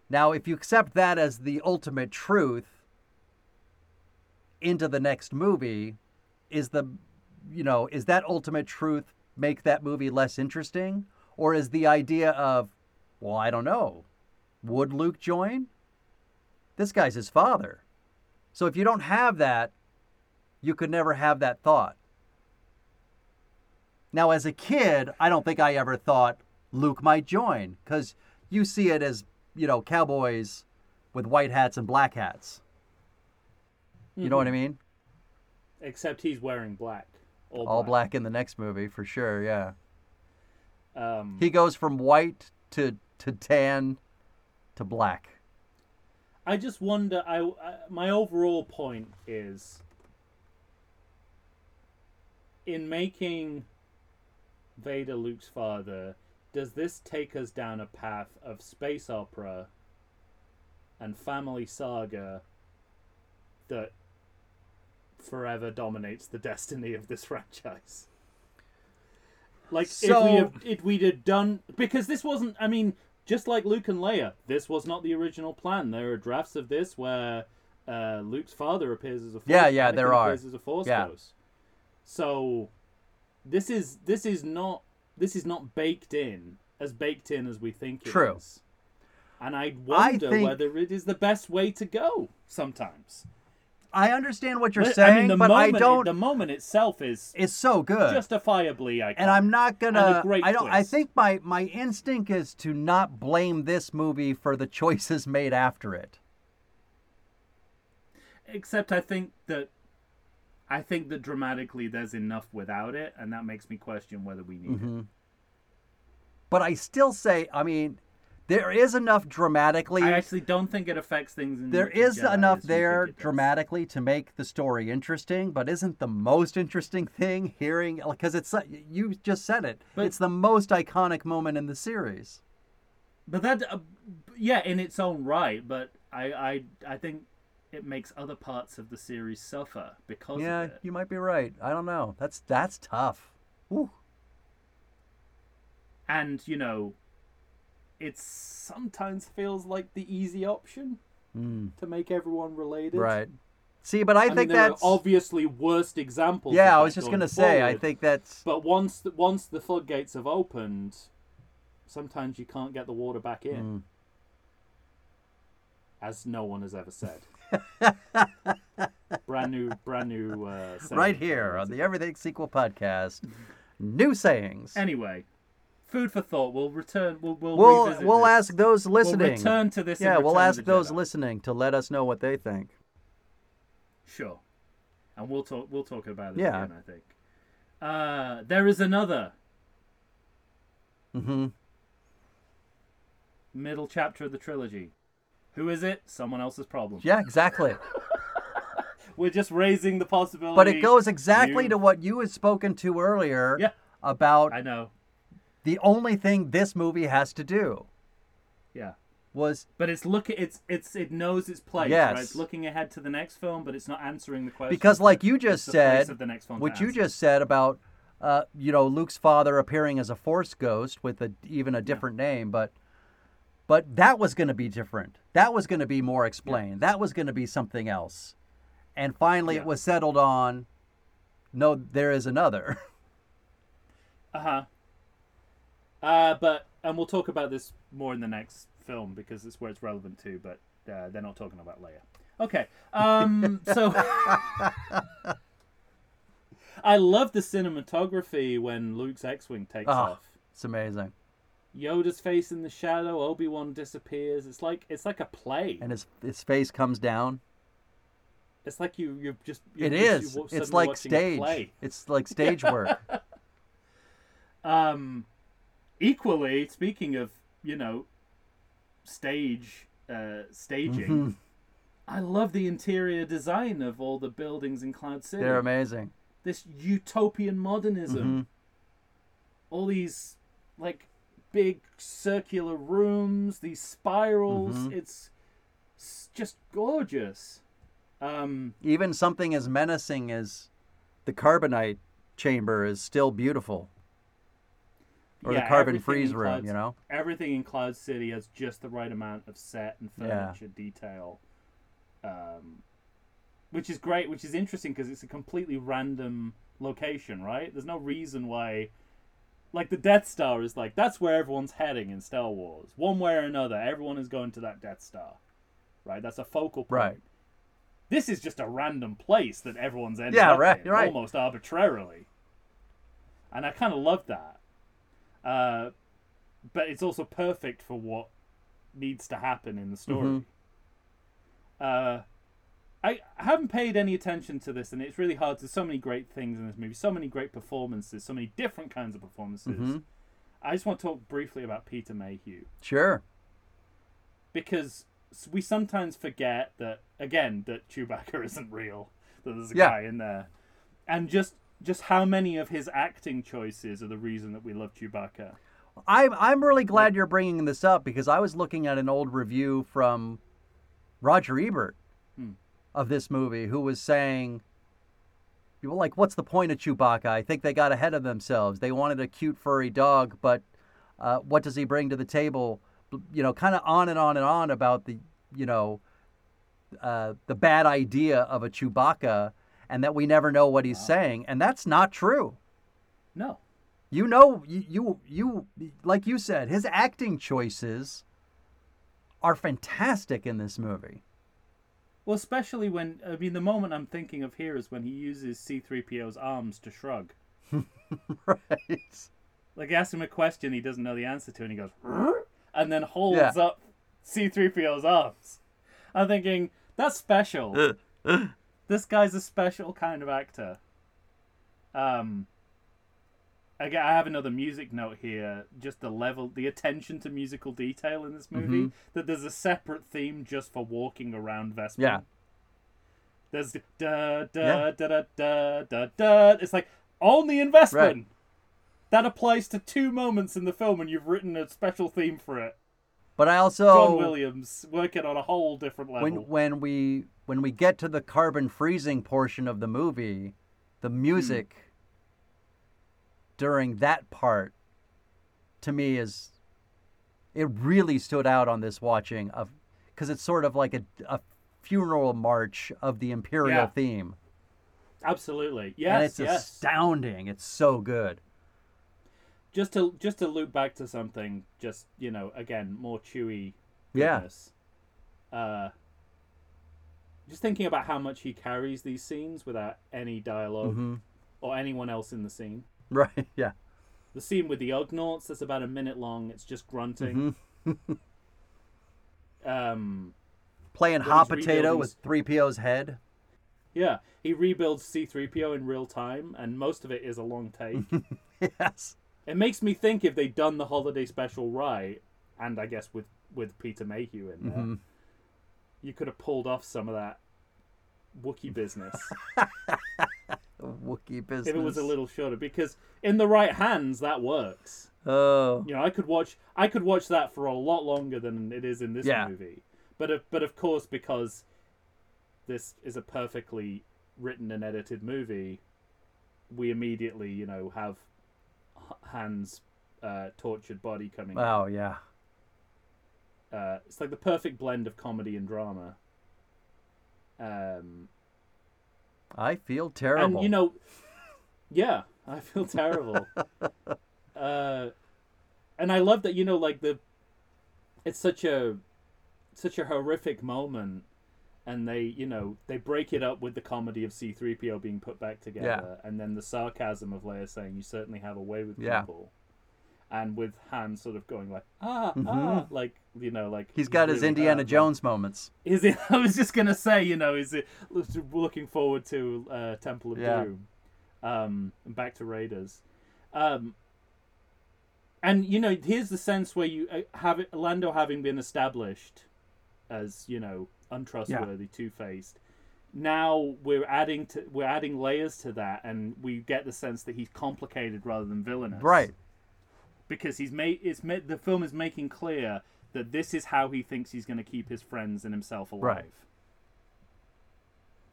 S1: Now, if you accept that as the ultimate truth into the next movie, is the, you know, is that ultimate truth make that movie less interesting? Or is the idea of, well, I don't know, would Luke join? This guy's his father. So if you don't have that, you could never have that thought. Now, as a kid, I don't think I ever thought Luke might join because you see it as, you know, cowboys with white hats and black hats. You know what I
S3: Mm-hmm.
S1: mean?
S3: Except he's wearing black. All,
S1: All black in the next movie for sure, yeah.
S3: Um,
S1: He goes from white to, to tan to black.
S3: I just wonder. I, I my overall point is in making Vader Luke's father. Does this take us down a path of space opera and family saga that forever dominates the destiny of this franchise? Like if we
S1: So-
S3: have, if we'd have done because this wasn't. I mean, just like Luke and Leia, this was not the original plan. There are drafts of this where uh, Luke's father appears as a force,
S1: Yeah, yeah, there
S3: Anakin
S1: are.
S3: appears as a force
S1: Yeah.
S3: ghost. So this is this is not this is not baked in as baked in as we think it is.
S1: True.
S3: And I wonder
S1: think-
S3: whether it is the best way to go sometimes.
S1: I understand what you're
S3: But,
S1: saying,
S3: I mean, the
S1: but I
S3: moment
S1: don't.
S3: the moment itself is
S1: It's so good.
S3: justifiably iconic.
S1: and I'm not gonna.
S3: great
S1: I don't. I
S3: twist.
S1: think my my instinct is to not blame this movie for the choices made after it.
S3: except I think that I think that dramatically there's enough without it, and that makes me question whether we need
S1: Mm-hmm.
S3: it.
S1: But I still say, I mean, there is enough dramatically.
S3: I actually don't think it affects things. In
S1: there
S3: the
S1: is
S3: Jedi
S1: enough
S3: as we
S1: there
S3: think it does.
S1: dramatically to make the story interesting, but isn't the most interesting thing hearing because it's you just said it.
S3: But-
S1: it's the most iconic moment in the series.
S3: But that, uh, yeah, in its own right. But I, I, I think it makes other parts of the series suffer because
S1: Yeah,
S3: of it.
S1: you might be right. I don't know. That's that's tough. Ooh.
S3: And you know, it sometimes feels like the easy option
S1: Mm,
S3: to make everyone related.
S1: right. See, but I,
S3: I,
S1: think
S3: mean, there
S1: that's
S3: are obviously worst examples. of
S1: Yeah, I
S3: that
S1: was just
S3: going
S1: gonna say. I
S3: forward.
S1: think that's
S3: But once the, once the floodgates have opened, sometimes you can't get the water back
S1: Mm.
S3: in, as no one has ever said. brand new, brand new. Uh, saying.
S1: right here on the Everything Sequel podcast. New sayings.
S3: Anyway, food for thought. We'll return. We'll we'll
S1: we'll
S3: revisit
S1: we'll
S3: this.
S1: ask those listening.
S3: We'll return to this. in
S1: yeah, we'll
S3: Return of
S1: ask
S3: the
S1: those
S3: Jedi.
S1: listening to let us know what they think.
S3: Sure, and we'll talk. We'll talk about it
S1: Yeah.
S3: again. I think. Uh, there is another
S1: hmm
S3: middle chapter of the trilogy. Who is it? Someone else's problem.
S1: Yeah, exactly.
S3: We're just raising the possibility.
S1: but it goes exactly
S3: you-
S1: to what you had spoken to earlier
S3: Yeah,
S1: about
S3: I know.
S1: the only thing this movie has to do
S3: Yeah,
S1: was
S3: but it's look. It's it's it knows its place.
S1: Yes.
S3: right? it's looking ahead to the next film, but it's not answering the question.
S1: because, like you
S3: It's
S1: just
S3: the place
S1: said,
S3: of the next film to
S1: what you
S3: answer.
S1: just said about uh, you know Luke's father appearing as a Force ghost with a, even a different name, but but that was going to be different. That was going to be more explained. That was going to be something else. And finally,
S3: Yeah.
S1: it was settled on. No, there is another.
S3: uh-huh. Uh But and we'll talk about this more in the next film because it's where it's relevant to. But uh, they're not talking about Leia. Okay. Um. So. I love the cinematography when Luke's X-wing takes
S1: Ah.
S3: off.
S1: It's amazing,
S3: Yoda's face in the shadow. Obi Wan disappears. It's like it's like a play.
S1: and his his face comes down.
S3: It's like you you've just you
S1: It is. It's like
S3: stage.
S1: stage. It's like stage work.
S3: Um, equally, speaking of you know, stage uh, staging,
S1: Mhm.
S3: I love the interior design of all the buildings in Cloud City.
S1: They're amazing.
S3: this utopian modernism. All these like big circular rooms, these spirals.
S1: Mhm.
S3: It's, it's just gorgeous. Um,
S1: Even something as menacing as the carbonite chamber is still beautiful, or
S3: Yeah,
S1: the carbon
S3: everything
S1: freeze
S3: in
S1: room.
S3: Cloud-
S1: You know,
S3: Everything in Cloud City has just the right amount of set and
S1: Yeah.
S3: furniture detail, um, which is great. Which is interesting because it's a completely random location, right? There's no reason why, like the Death Star is like that's where everyone's heading in Star Wars, one way or another. Everyone is going to that Death Star, right? That's a focal point.
S1: right?
S3: This is just a random place that everyone's ended
S1: Yeah,
S3: up
S1: right-
S3: in,
S1: right.
S3: almost arbitrarily. And I kind of love that. Uh, but it's also perfect for what needs to happen in the story.
S1: Mhm.
S3: Uh, I haven't paid any attention to this, and it's really hard. There's so many great things in this movie, so many great performances, so many different kinds of performances.
S1: Mhm.
S3: I just want to talk briefly about Peter Mayhew
S1: Sure.
S3: because s- we sometimes forget that again that Chewbacca isn't real. That there's a
S1: Yeah.
S3: guy in there, and just just how many of his acting choices are the reason that we love Chewbacca.
S1: I'm I'm really glad you're bringing this up because I was looking at an old review from Roger Ebert
S3: Hmm.
S1: of this movie, who was saying, "You were like, what's the point of Chewbacca? I think they got ahead of themselves. They wanted a cute furry dog, but uh, what does he bring to the table? You know, kind of on and on and on about the you know uh, the bad idea of a Chewbacca, and that we never know what he's saying, and that's not true."
S3: No,
S1: you know you, you you like you said his acting choices are fantastic in this movie
S3: well, especially when I mean the moment I'm thinking of here is when he uses C-3PO's arms to shrug.
S1: right
S3: Like he asks him a question he doesn't know the answer to, and he goes, "Rrr," and then holds
S1: Yeah.
S3: up C-3PO's arms. I'm thinking that's
S1: Uh,
S3: special. this guy's a special kind of actor. Um, again, I have another music note here. Just the level, the attention to musical detail in this movie.
S1: Mm-hmm.
S3: That there's a separate theme just for walking around Vespa.
S1: Yeah.
S3: There's the da da
S1: Yeah.
S3: da da da da da. It's like only in Vespa.
S1: Right.
S3: That applies to two moments in the film, and you've written a special theme for it.
S1: but i
S3: John
S1: also
S3: Williams working on a whole different level.
S1: when when we when we get to the carbon freezing portion of the movie the
S3: Hmm.
S1: music during that part to me is it really stood out on this watching of because it's sort of like a, a funeral march of the imperial
S3: Yeah.
S1: theme
S3: Absolutely,
S1: and
S3: yes,
S1: it's
S3: yes.
S1: astounding it's so good
S3: just to just to loop back to something just you know again more chewy
S1: Yeah.
S3: goodness. uh just thinking about how much he carries these scenes without any dialog
S1: Mhm.
S3: or anyone else in the scene
S1: Right. Yeah.
S3: the scene with the Ugnaughts that's about a minute long it's just grunting
S1: Mm-hmm.
S3: um
S1: Playing
S3: When
S1: hot
S3: he's
S1: potato
S3: rebuilding
S1: with 3PO's head.
S3: yeah he rebuilds c3po in real time and most of it is a long take
S1: yes.
S3: It makes me think if they'd done the holiday special right, and I guess with with Peter Mayhew in there,
S1: Mhm.
S3: you could have pulled off some of that Wookiee business
S1: The Wookiee business.
S3: if it was a little shorter. Because in the right hands, that works.
S1: Oh.
S3: You know, I could watch I could watch that for a lot longer than it is in this
S1: Yeah.
S3: movie. But of, but of course, because this is a perfectly written and edited movie, we immediately you know have h- hands uh, tortured body coming. out.
S1: Oh, yeah.
S3: uh, it's like the perfect blend of comedy and drama. Um,
S1: I feel
S3: and
S1: terrible.
S3: you know, yeah, I feel terrible. uh, and I love that you know, like the, it's such a, such a horrific moment, and they you know they break it up with the comedy of C three PO being put back together, and then the sarcasm of Leia saying, "You certainly have a way with
S1: Yeah.
S3: people." And with Han sort of going like ah
S1: Mhm.
S3: ah like you know like
S1: he's got his
S3: really
S1: Indiana
S3: bad, like,
S1: Jones moments.
S3: is it? I was just gonna say, you know, is it was looking forward to uh, Temple of
S1: Yeah.
S3: Doom, um, and back to Raiders, um, and you know, here's the sense where you uh, have it, Lando having been established as you know untrustworthy, two faced. Now we're adding to we're adding layers to that, and we get the sense that he's complicated rather than villainous,
S1: Right.
S3: Because he's made it's made the film is making clear that this is how he thinks he's going to keep his friends and himself alive.
S1: Right.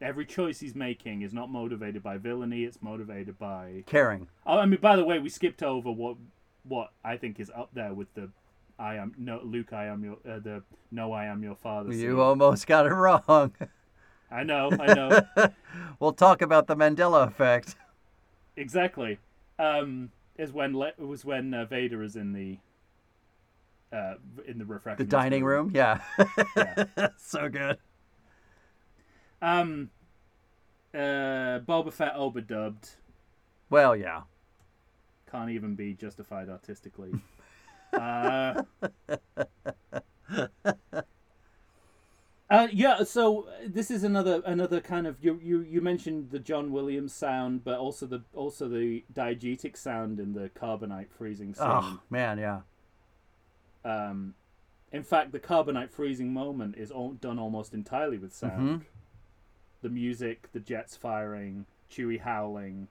S3: every choice he's making is not motivated by villainy. It's motivated by.
S1: Caring.
S3: Oh, I mean, by the way, we skipped over what what I think is up there with the I am no Luke. I am your uh, the no. I am your father. scene.
S1: You almost got it wrong.
S3: I know. I know.
S1: we'll talk about the Mandela effect.
S3: exactly. Um, is when Le- was when uh, Vader is in the. Uh, in the
S1: The
S3: refractory.
S1: dining room, yeah. so good.
S3: Um, uh, Boba Fett overdubbed
S1: Well, yeah.
S3: can't even be justified artistically. uh, uh, yeah, so uh, this is another another kind of you, you you mentioned the John Williams sound, but also the also the diegetic sound in the carbonite freezing scene.
S1: Oh, man, yeah.
S3: Um, in fact, the carbonite freezing moment is all, done almost entirely with sound. The music, the jets firing, Chewie howling.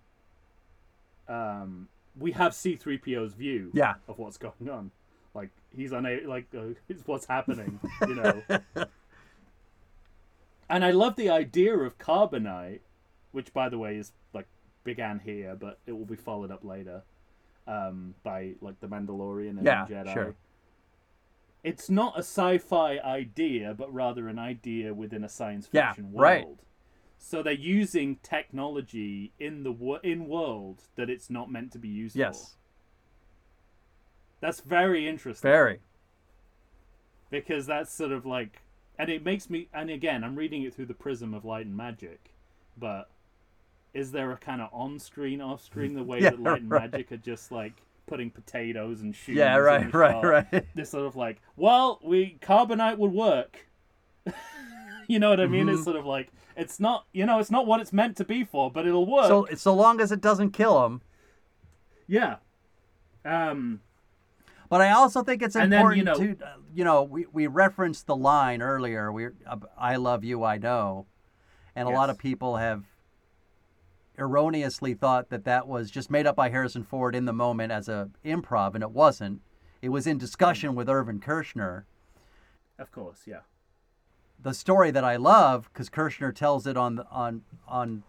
S3: Um, we have C-3PO's view
S1: Yeah.
S3: of what's going on. Like he's unable, like uh, it's what's happening, you know. and I love the idea of carbonite, which by the way is like began here, but it will be followed up later um, by like the Mandalorian and
S1: Yeah,
S3: the Jedi.
S1: sure.
S3: It's not a sci-fi idea, but rather an idea within a science
S1: Yeah,
S3: fiction world.
S1: right.
S3: So they're using technology in the wo- in world that it's not meant to be used for.
S1: Yes.
S3: That's very interesting
S1: Very.
S3: because that's sort of like, and it makes me. And again, I'm reading it through the prism of light and magic, but is there a kind of on-screen, off-screen the way
S1: Yeah,
S3: that light and
S1: right.
S3: magic are just like putting potatoes and shoes?
S1: Yeah,
S3: in
S1: right,
S3: the
S1: right,
S3: shot?
S1: right.
S3: This sort of like, well, we carbonite would work. you know what I mean? It's
S1: Mhm.
S3: sort of like it's not, you know, it's not what it's meant to be for, but it'll work.
S1: So, so long as it doesn't kill him.
S3: yeah. Um.
S1: But I also think it's
S3: And then, you
S1: important to, uh, you know, we, we referenced the line earlier, we, uh, I love you, I know. And a lot
S3: Yes.
S1: of people have erroneously thought that that was just made up by Harrison Ford in the moment as a improv, and it wasn't. It was in
S3: Mm.
S1: discussion with Irvin Kershner.
S3: Of course. Yeah.
S1: The story that I love, because Kershner tells it on, the- on, on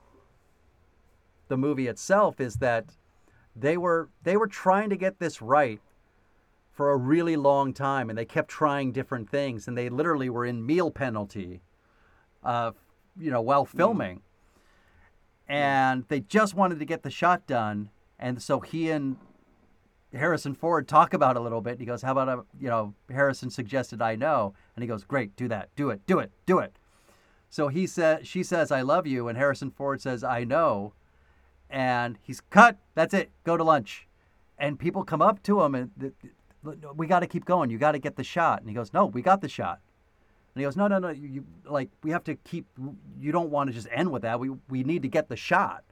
S1: the movie itself, is that they were, they were trying to get this right for a really long time and they kept trying different things and they literally were in meal penalty uh, you know while filming and they just wanted to get the shot done and so he and harrison ford talk about it a little bit and he goes how about a, you know harrison suggested i know and he goes great do that do it do it do it so he said she says i love you and harrison ford says i know and he's cut that's it go to lunch and people come up to him and th- th- look, we got to keep going. You got to get the shot. And he goes, no, we got the shot. And he goes, no, no, no. You, you like we have to keep. You don't want to just end with that. We we need to get the shot.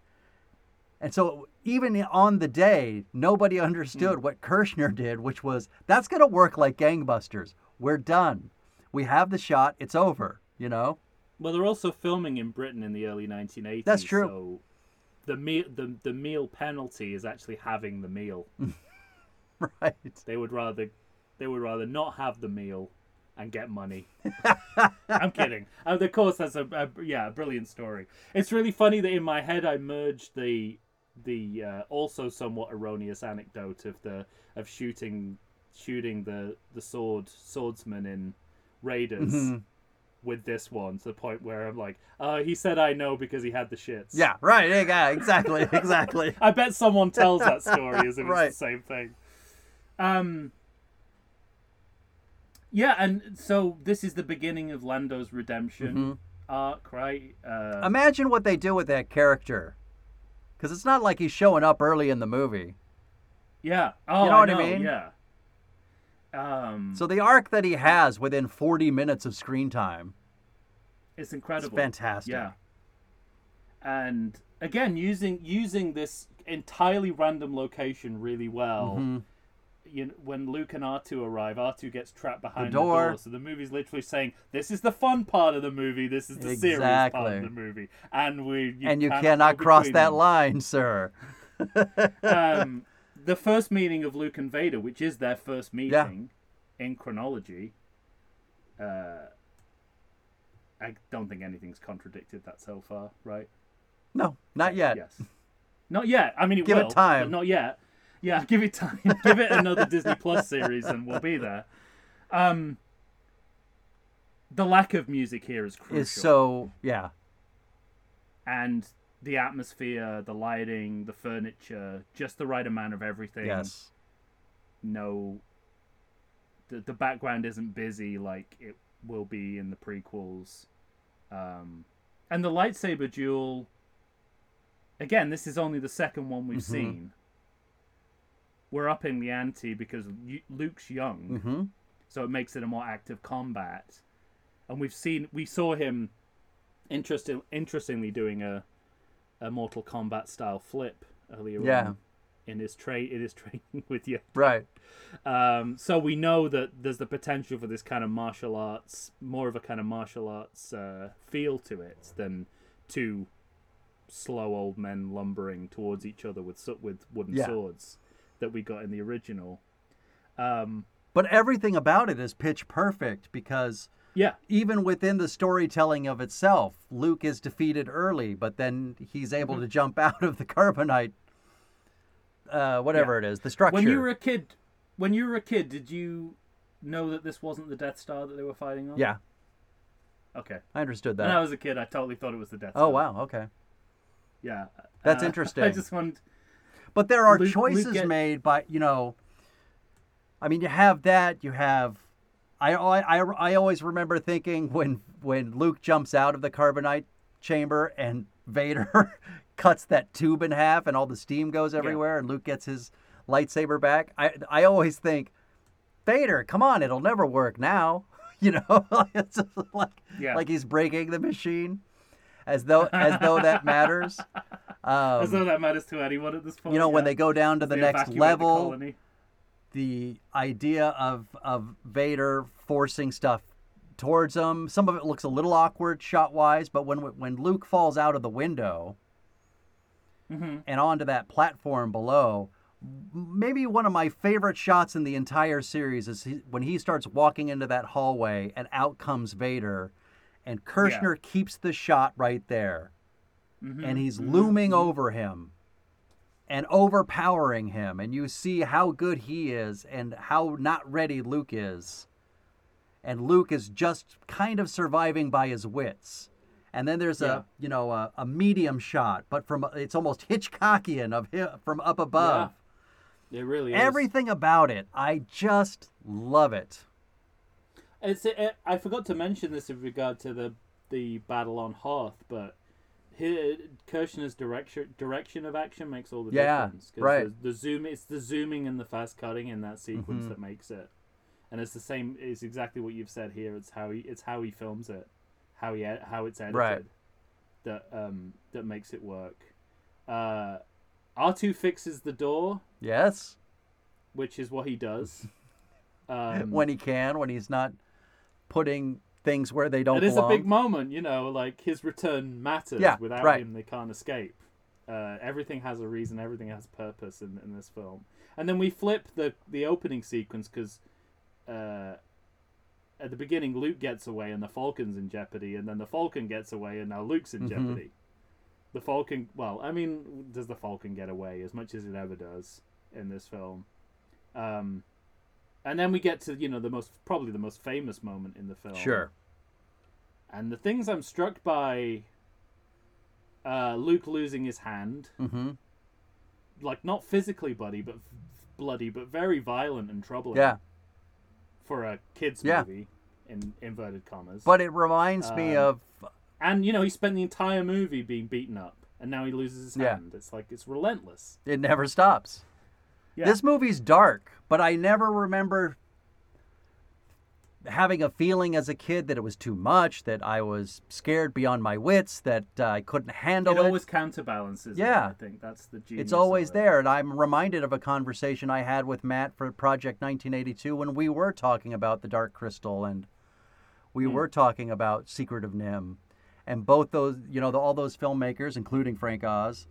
S1: And so even on the day, nobody understood what Kirshner did, which was that's going to work like gangbusters. We're done. We have the shot. It's over. You know.
S3: Well, they're also filming in Britain in the early 1980s.
S1: That's true.
S3: So the meal, the, the meal penalty is actually having the meal.
S1: Mm. Right.
S3: they would rather, they would rather not have the meal and get money. I'm kidding. Uh, of course, that's a, a yeah, a brilliant story. It's really funny that in my head I merged the the uh, also somewhat erroneous anecdote of the of shooting shooting the the sword swordsman in Raiders
S1: Mhm.
S3: with this one to the point where I'm like, oh, he said I know because he had the shits.
S1: Yeah. Right. Yeah. Exactly. Exactly.
S3: I bet someone tells that story as if
S1: Right.
S3: it's the same thing. Um. Yeah, and so this is the beginning of Lando's redemption
S1: Mm-hmm.
S3: arc, right? Uh,
S1: imagine what they do with that character because it's not like he's showing up early in the movie
S3: yeah. Oh,
S1: know what I
S3: know,
S1: mean?
S3: Yeah. Um,
S1: so the arc that he has within 40 minutes of screen time
S3: it's
S1: is
S3: incredible.
S1: fantastic
S3: Yeah. And again, using using this entirely random location really well.
S1: Mhm.
S3: You know, when Luke and R2 arrive, R2 gets trapped behind the door.
S1: door.
S3: So the movie's literally saying, "This is the fun part of the movie. This is the serious part of
S1: Exactly.
S3: the movie." And we you
S1: and you
S3: cannot
S1: cannot
S3: go
S1: cross
S3: between
S1: that
S3: them.
S1: line sir
S3: um, the first meeting of Luke and Vader, which is their first meeting in chronology, uh, I don't think anything's contradicted that so far, right?
S1: No, not yet.
S3: Yes. Not yet. I mean, it
S1: Give it
S3: will,
S1: time.
S3: but not yet. Yeah, give it time. give it another Disney Plus series, and we'll be there. Um, the lack of music here is crucial,
S1: Is so yeah.
S3: and the atmosphere, the lighting, the furniture, just the right amount of everything.
S1: Yes.
S3: No. The the background isn't busy like it will be in the prequels, um, and the lightsaber duel. Again, this is only the second one we've
S1: Mhm.
S3: seen. We're upping the ante because Lu- Luke's young
S1: Mm-hmm.
S3: so it makes it a more active combat. And we've seen we saw him interesting interestingly doing a a Mortal Kombat style flip earlier
S1: Yeah.
S3: on in his trade in his training with you.
S1: Right.
S3: Um, so we know that there's the potential for this kind of martial arts, more of a kind of martial arts uh, feel to it than two slow old men lumbering towards each other with so- with wooden
S1: Yeah.
S3: swords that we got in the original. Um,
S1: But everything about it is pitch perfect because
S3: yeah,
S1: even within the storytelling of itself, Luke is defeated early, but then he's able
S3: Mm-hmm.
S1: to jump out of the carbonite, uh, whatever it is, the structure.
S3: When you were a kid, when you were a kid, did you know that this wasn't the Death Star that they were fighting on?
S1: yeah,
S3: Okay.
S1: I understood
S3: When I
S1: that.
S3: was a kid, I totally thought it was the Death Star.
S1: Oh wow, okay.
S3: Yeah.
S1: That's
S3: Uh, I
S1: interesting.
S3: just wanted.
S1: But there are
S3: Luke- Luke
S1: choices
S3: get-
S1: made by you know. I mean, you have that. You have. I, I, I I always remember thinking when when Luke jumps out of the carbonite chamber and Vader cuts that tube in half and all the steam goes everywhere and Luke gets his lightsaber back. I I always think, Vader, come on, it'll never work now. You know, it's just like
S3: Yeah.
S1: like he's breaking the machine, as though as though that matters. Um,
S3: As though that matters to anyone at this point.
S1: you know, when
S3: yeah.
S1: they go down to the
S3: They
S1: next
S3: evacuate the
S1: level,
S3: colony.
S1: the, idea of of Vader forcing stuff towards them. Some of it looks a little awkward shot wise, but when when Luke falls out of the window
S3: Mhm.
S1: and onto that platform below, maybe one of my favorite shots in the entire series is he, when he starts walking into that hallway and out comes Vader, and Kirshner keeps the shot right there
S3: Mhm.
S1: and he's looming over him and overpowering him and you see how good he is and how not ready Luke is and Luke is just kind of surviving by his wits and then there's
S3: Yeah.
S1: a you know a, a medium shot but from it's almost Hitchcockian of him from up above
S3: It really is.
S1: everything about it I just love it
S3: It's. It, I forgot to mention this in regard to the the battle on Hoth, but here Kirshner's direction direction of action makes all the
S1: Yeah,
S3: difference. 'cause
S1: right.
S3: The, the zoom. It's the zooming and the fast cutting in that sequence
S1: Mhm.
S3: that makes it. And it's the same. It's exactly what you've said here. It's how he. It's how he films it, how he ed- how it's edited,
S1: Right.
S3: that um that makes it work. Uh, R two fixes the door,
S1: yes
S3: which is what he does. Um,
S1: when he can when he's not putting things where they don't
S3: It is a
S1: belong
S3: big moment, you know, like his return matters.
S1: Yeah,
S3: Without
S1: right.
S3: him, they can't escape. Uh, everything has a reason, everything has purpose in, in this film. And then we flip the, the opening sequence because uh, at the beginning, Luke gets away and the Falcon's in jeopardy, and then the Falcon gets away and now Luke's in
S1: Mhm.
S3: jeopardy. The Falcon, well, I mean, does the Falcon get away as much as it ever does in this film? Um, and then we get to, you know, the most, probably the most famous moment in the film.
S1: sure
S3: And the things I'm struck by uh, Luke losing his hand,
S1: mhm
S3: like not physically bloody, but bloody, but very violent and troubling
S1: yeah
S3: for a kids
S1: Yeah.
S3: movie in inverted commas.
S1: But it reminds me
S3: Um,
S1: of
S3: and you know, he spent the entire movie being beaten up, and now he loses his
S1: Yeah.
S3: hand. It's like it's relentless.
S1: it never stops.
S3: Yeah.
S1: This movie's dark, but I never remember having a feeling as a kid that it was too much, that I was scared beyond my wits, that uh, I couldn't handle
S3: It
S1: it.
S3: always counterbalances. it,
S1: Yeah.
S3: I think that's the genius.
S1: it's always
S3: of it.
S1: there, and I'm reminded of a conversation I had with Matt for Project 1982 when we were talking about the Dark Crystal and we were talking about Secret of Nim, and both those, you know, the, all those filmmakers, including Frank Oz,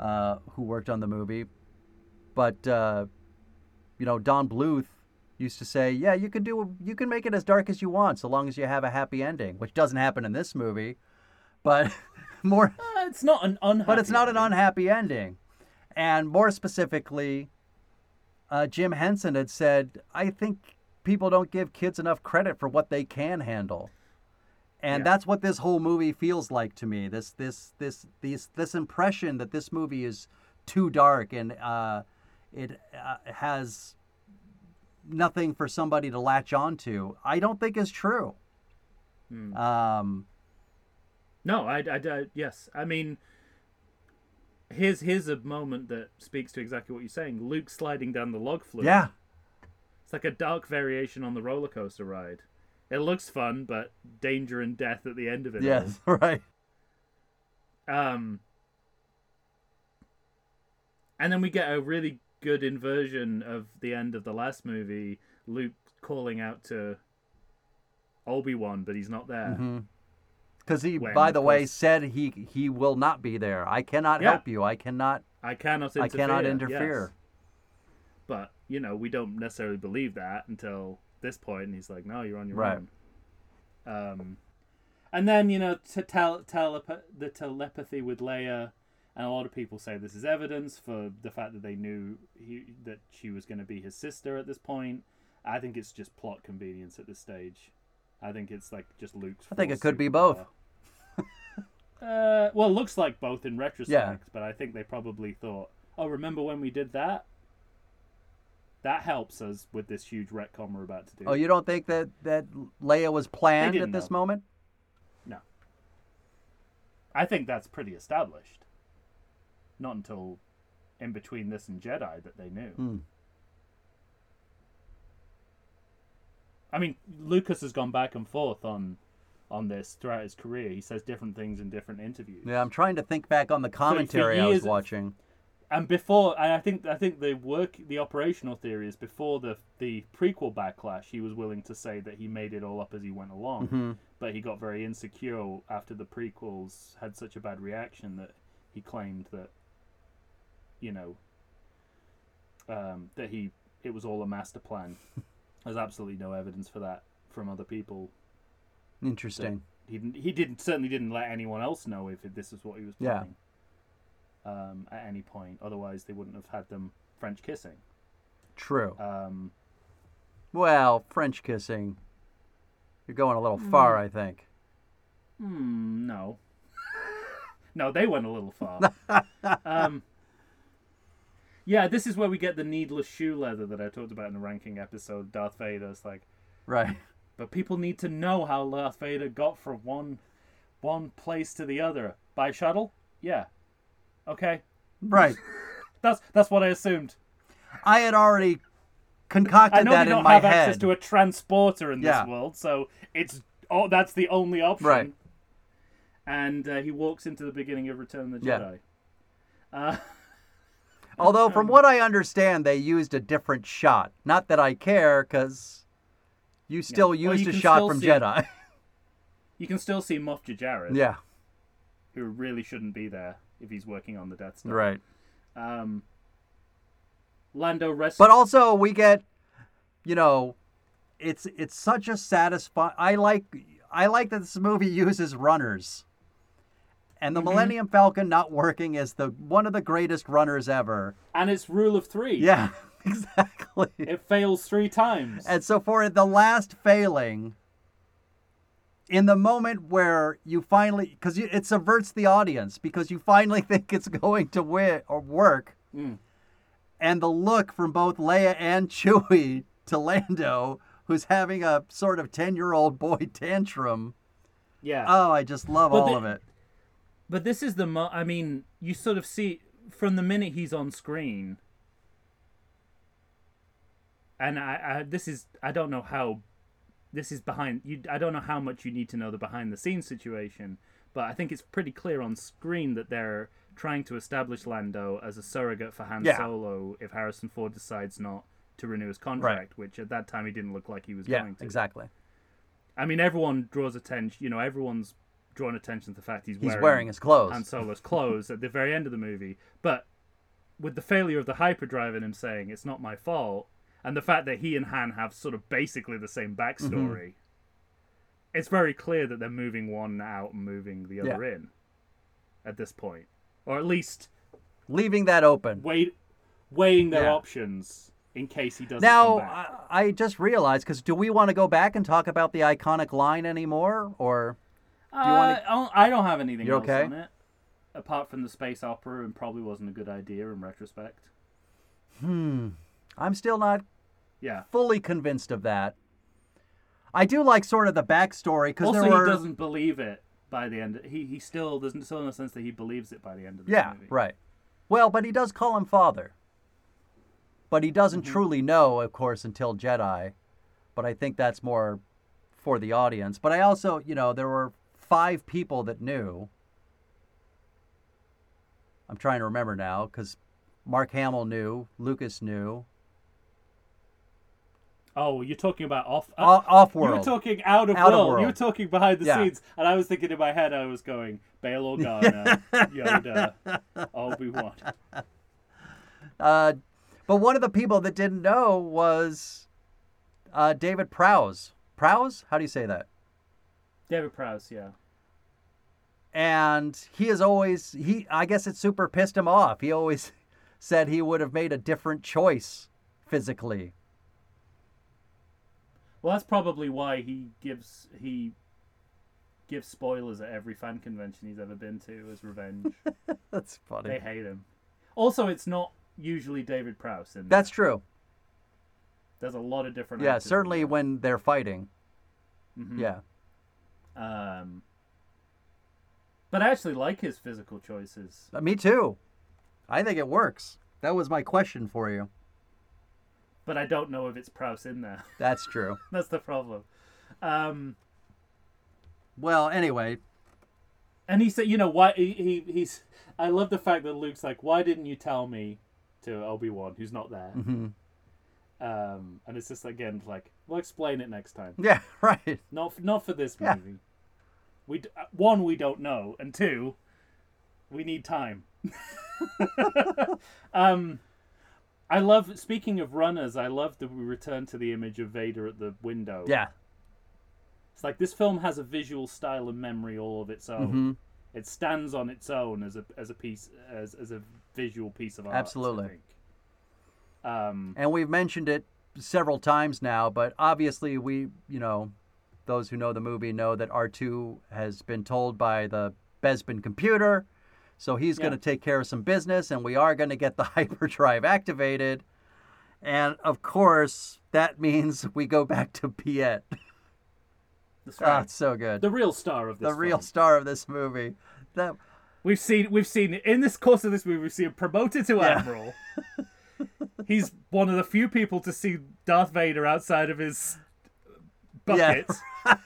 S1: uh, who worked on the movie, but uh, you know, Don Bluth used to say, "Yeah, you can do you can make it as dark as you want, so long as you have a happy ending," which doesn't happen in this movie, but more,
S3: Uh, it's not an unhappy.
S1: but it's not an
S3: ending.
S1: unhappy ending, and more specifically, uh, Jim Henson had said, "I think people don't give kids enough credit for what they can handle." And
S3: Yeah.
S1: that's what this whole movie feels like to me. This this this these this impression that this movie is too dark and uh, it uh, has nothing for somebody to latch onto. I don't think is true.
S3: Hmm.
S1: Um,
S3: No, I, I, I- yes. I mean, here's here's a moment that speaks to exactly what you're saying. Luke sliding down the log flume.
S1: yeah,
S3: it's like a dark variation on the roller coaster ride. It looks fun, but danger and death at the end of it.
S1: yes, right.
S3: all. Um. And then we get a really good inversion of the end of the last movie. Luke calling out to Obi Wan, but he's not there.
S1: Mm-hmm. Because he,
S3: When,
S1: by the
S3: of
S1: way,
S3: course-
S1: said he he will not be there. I cannot
S3: Yeah.
S1: help you. I cannot.
S3: I cannot interfere.
S1: I cannot
S3: yes.
S1: interfere.
S3: But you know, we don't necessarily believe that until this point, and he's like, "No, you're on your
S1: Right.
S3: own." Um, and then you know, to tell telep- the telepathy with Leia, and a lot of people say this is evidence for the fact that they knew he, that she was going to be his sister at this point. I think it's just plot convenience at this stage. I think it's like just Luke's.
S1: I think
S3: force
S1: it could be
S3: superpower.
S1: both.
S3: Uh, well, it looks like both in retrospect, but I think they probably thought, "Oh, remember when we did that? That helps us with this huge retcon we're about to do."
S1: Oh, you don't think that that Leia was planned at
S3: didn't
S1: this
S3: know.
S1: moment?
S3: No, I think that's pretty established. Not until in between this and Jedi that they knew.
S1: Hmm.
S3: I mean, Lucas has gone back and forth on on this throughout his career. He says different things in different interviews.
S1: Yeah, I'm trying to think back on the commentary I
S3: years
S1: was
S3: it's-
S1: watching.
S3: and before and I think I think the work the operational theory is before the the prequel backlash he was willing to say that he made it all up as he went along
S1: Mhm.
S3: but he got very insecure after the prequels had such a bad reaction that he claimed that you know um, that he it was all a master plan there's absolutely no evidence for that from other people
S1: Interesting.
S3: he didn't, he didn't certainly didn't let anyone else know if this is what he was
S1: Yeah.
S3: planning um, at any point. Otherwise, they wouldn't have had them French kissing.
S1: True.
S3: Um,
S1: Well, French kissing. You're going a little far, I think.
S3: hmm, no, no, they went a little far. um, yeah, this is where we get the needless shoe leather that I talked about in the ranking episode. Darth Vader's like,
S1: Right.
S3: but people need to know how Darth Vader got from one one place to the other by shuttle. Yeah, okay,
S1: Right.
S3: that's that's what I assumed.
S1: I had already concocted
S3: I know
S1: that
S3: we
S1: in
S3: don't
S1: my
S3: have
S1: head.
S3: access to a transporter in
S1: Yeah.
S3: this world, so it's oh, that's the only option.
S1: Right.
S3: And uh, he walks into the beginning of Return of the
S1: Yeah.
S3: Jedi. Uh,
S1: Although, from what I understand, they used a different shot. Not that I care, because you still
S3: Well,
S1: used
S3: you
S1: a
S3: can
S1: shot
S3: still
S1: from
S3: see-
S1: Jedi.
S3: you can still see Moff Jared,
S1: yeah,
S3: who really shouldn't be there if he's working on the Death Star.
S1: right.
S3: Um, Lando rescues.
S1: But also, we get, you know, it's it's such a satisfying. I like I like that this movie uses runners, and
S3: Mm-hmm.
S1: the Millennium Falcon not working is the one of the greatest runners ever.
S3: and it's rule of three.
S1: Yeah, exactly.
S3: It fails three times.
S1: And so for the last failing, in the moment where you finally, because it subverts the audience, because you finally think it's going to win or work,
S3: Mm.
S1: and the look from both Leia and Chewie to Lando, who's having a sort of ten-year-old boy tantrum.
S3: yeah.
S1: Oh, I just love
S3: But
S1: all
S3: the-
S1: of it.
S3: But this is the mo- I mean, you sort of see from the minute he's on screen, and I, I this is I don't know how this is behind you. I don't know how much you need to know the behind the scenes situation, but I think it's pretty clear on screen that they're trying to establish Lando as a surrogate for Han
S1: Yeah.
S3: Solo if Harrison Ford decides not to renew his contract, which at that time he didn't look like he was
S1: Yeah,
S3: going to.
S1: exactly.
S3: I mean, everyone draws attention. You know, everyone's drawn attention to the fact he's
S1: He's wearing,
S3: wearing
S1: his clothes.
S3: Han Solo's clothes at the very end of the movie. But with the failure of the hyperdrive and him saying it's not my fault,
S4: and the fact that he and Han have sort of basically the same backstory,
S1: Mm-hmm.
S4: it's very clear that they're moving one out and moving the other in at this point, or at least
S1: leaving that open.
S3: Wait, weighing their
S1: Yeah.
S3: options in case he doesn't
S1: Now,
S3: come back.
S1: I, I just realized because do we want to go back and talk about the iconic line anymore? Or
S3: Uh,
S1: you wanna-
S3: I, don't, I don't have anything
S1: You're
S3: else
S1: okay?
S3: on it apart from the space opera, and probably wasn't a good idea in retrospect.
S1: I'm still not
S3: Yeah.
S1: fully convinced of that. I do like sort of the backstory because
S3: Also,
S1: there were
S3: he doesn't believe it by the end. He he still doesn't still in the sense that he believes it by the end of the
S1: yeah
S3: movie.
S1: right. Well, but he does call him father. But he doesn't
S3: Mm-hmm.
S1: truly know, of course, until Jedi. But I think that's more for the audience. But I also, you know, there were five people that knew. I'm trying to remember now because Mark Hamill knew, Lucas knew,
S3: Oh, you're talking about off.
S1: O- off
S3: you were
S1: world.
S3: talking out of
S1: Out of
S3: world. You
S1: world.
S3: were talking behind the
S1: Yeah.
S3: scenes, and I was thinking in my head, I was going Bail Organa, Yoda, Obi Wan.
S1: Uh, but one of the people that didn't know was uh, David Prowse. Prowse? How do you say that?
S3: David Prowse, yeah.
S1: And he is always he. I guess it super pissed him off. He always said he would have made a different choice physically.
S3: Well, that's probably why he gives he gives spoilers at every fan convention he's ever been to as revenge.
S1: That's funny.
S3: they hate him. Also, it's not usually David Prowse. In
S1: That's true.
S3: there's a lot of different.
S1: Yeah,
S3: actors in
S1: certainly
S3: there.
S1: when they're fighting.
S3: Mhm.
S1: Yeah.
S3: Um, but I actually like his physical choices.
S1: Uh, Me too. I think it works. That was my question for you.
S3: But I don't know if it's Prowse in there.
S1: That's true.
S3: That's the problem. Um,
S1: Well, anyway,
S3: and he said, you know, why he, he he's. I love the fact that Luke's like, why didn't you tell me to Obi Wan, who's not there?
S1: mhm.
S3: Um, and it's just again like, we'll explain it next time.
S1: yeah, right.
S3: Not f- not for this
S1: Yeah.
S3: movie. We d- uh, one we don't know, and two, we need time. um, I love speaking of runners. I love that we return to the image of Vader at the window.
S1: Yeah.
S3: it's like this film has a visual style and memory all of its
S1: Mhm.
S3: own. It stands on its own as a as a piece as as a visual piece of art. I
S1: Absolutely.
S3: think. Um,
S1: and we've mentioned it several times now but obviously we you know those who know the movie know that r2 has been told by the bespin computer so he's
S3: Yeah.
S1: going to take care of some business and we are going to get the hyperdrive activated and of course that means we go back to piet
S3: that's
S1: Ah,
S3: right.
S1: it's so good
S3: the real star of this.
S1: the real
S3: film.
S1: star of this movie that
S4: We've seen we've seen in this course of this movie we've seen promoted to admiral. He's one of the few people to see Darth Vader outside of his bucket.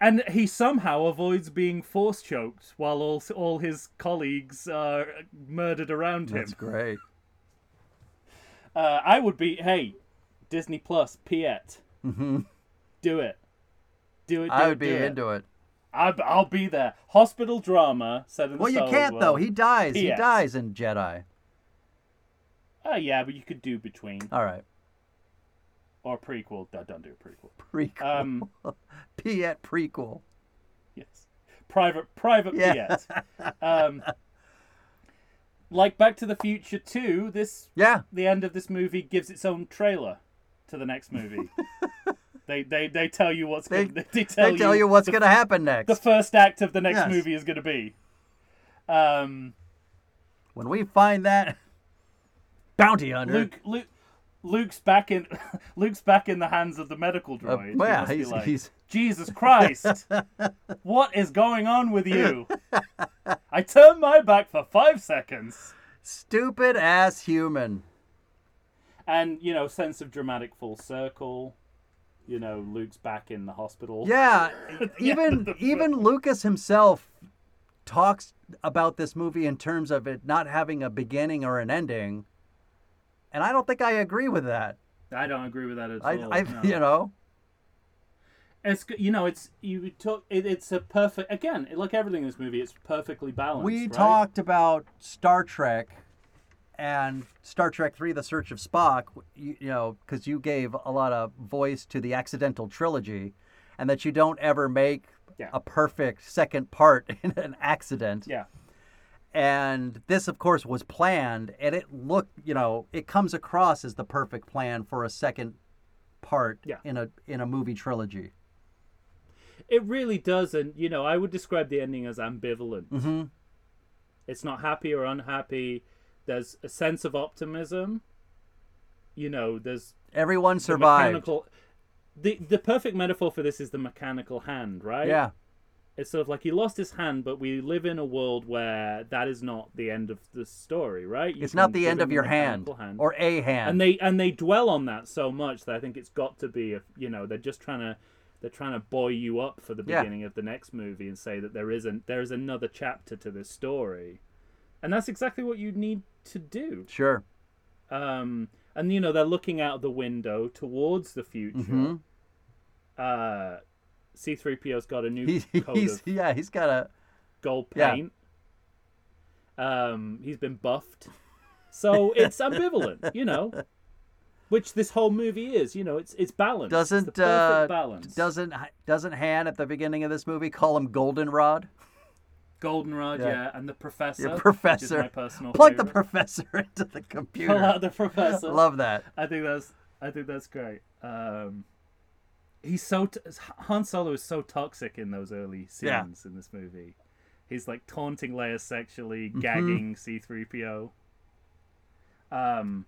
S4: and he somehow avoids being force choked while all all his colleagues are murdered around him.
S1: that's great
S3: Uh, I would be hey, Disney Plus, Piet. Mm-hmm. Do it, do it. Do
S1: i
S3: it,
S1: would be
S3: do
S1: into it
S3: I, I'll be there. Hospital drama said in the
S1: well you
S3: Star Wars
S1: can't though
S3: world.
S1: he dies he
S3: P.S.
S1: dies in jedi
S3: Oh yeah, but you could do between
S1: all right
S3: or prequel. No, don't do a
S1: prequel
S3: prequel. Um,
S1: piet prequel
S3: yes, private private
S1: Yeah.
S3: Piet. Um, like Back to the Future Two, this
S1: yeah
S3: the end of this movie gives its own trailer to the next movie. they they they tell you what's
S1: They-
S3: gonna, they tell
S1: they tell you what's
S3: the
S1: going to happen
S3: the
S1: next.
S3: first act of the next
S1: Yes.
S3: movie is going to be. Um,
S1: when we find that bounty hunter,
S3: Luke, Luke, Luke's back in, Luke's back in the hands of the medical
S1: uh,
S3: droid. He
S1: well, yeah,
S3: must be
S1: he's,
S3: like,
S1: he's
S3: Jesus Christ, what is going on with you? I turned my back for five seconds,
S1: stupid ass human.
S3: and you know, sense of dramatic full circle. You know, Luke's back in the hospital.
S1: Yeah,
S3: Yeah,
S1: even
S3: the-
S1: even Lucas himself talks about this movie in terms of it not having a beginning or an ending, and I don't think I agree with that.
S3: I don't agree with that at
S1: I,
S3: all.
S1: I
S3: no.
S1: you know,
S3: It's g- you know it's you took it, it's a perfect again like everything in this movie it's perfectly balanced.
S1: We
S3: right?
S1: talked about Star Trek and Star Trek 3 The Search of Spock, you, you know, cuz you gave a lot of voice to the accidental trilogy and that you don't ever make
S3: Yeah.
S1: a perfect second part in an accident.
S3: yeah
S1: And this of course was planned and it looked, you know, it comes across as the perfect plan for a second part
S3: Yeah.
S1: in a in a movie trilogy.
S3: it really does and you know I would describe the ending as ambivalent.
S1: Mhm.
S3: It's not happy or unhappy. There's a sense of optimism. You know there's
S1: Everyone
S3: the
S1: survived.
S3: mechanical. The the perfect metaphor for this is the mechanical hand, right?
S1: yeah.
S3: It's sort of like he lost his hand, but we live in a world where that is not the end of the story, right? You
S1: It's not
S3: can
S1: the
S3: give
S1: end
S3: him
S1: of
S3: the
S1: your hand,
S3: mechanical hand.
S1: or a hand.
S3: and they and they dwell on that so much that I think it's got to be a, you know they're just trying to they're trying to buoy you up for the
S1: Yeah.
S3: beginning of the next movie and say that there isn't there is another chapter to this story, and that's exactly what you need to do.
S1: sure.
S3: Um, and you know they're looking out the window towards the future.
S1: Mhm.
S3: Uh, C3PO's got a new
S1: He's,
S3: coat
S1: he's
S3: of
S1: yeah, he's got a
S3: gold
S1: Yeah.
S3: paint. Um, he's been buffed, so it's ambivalent, you know. Which this whole movie is, you know, it's it's balanced.
S1: doesn't
S3: it's the perfect
S1: uh,
S3: balance.
S1: doesn't doesn't Han at the beginning of this movie call him Goldenrod?
S3: Goldenrod,
S1: yeah.
S3: yeah. and the professor,
S1: Your
S3: which is
S1: professor.
S3: my personal
S1: Plug the
S3: favorite.
S1: professor into the
S3: Pull
S1: computer.
S3: out the professor.
S1: Love that.
S3: I think that's
S4: I think that's great. Um, he's so t- Han Solo is so toxic in those early scenes
S1: Yeah.
S4: in this movie. He's like taunting Leia sexually,
S1: Mm-hmm.
S4: gagging C-3PO. Um,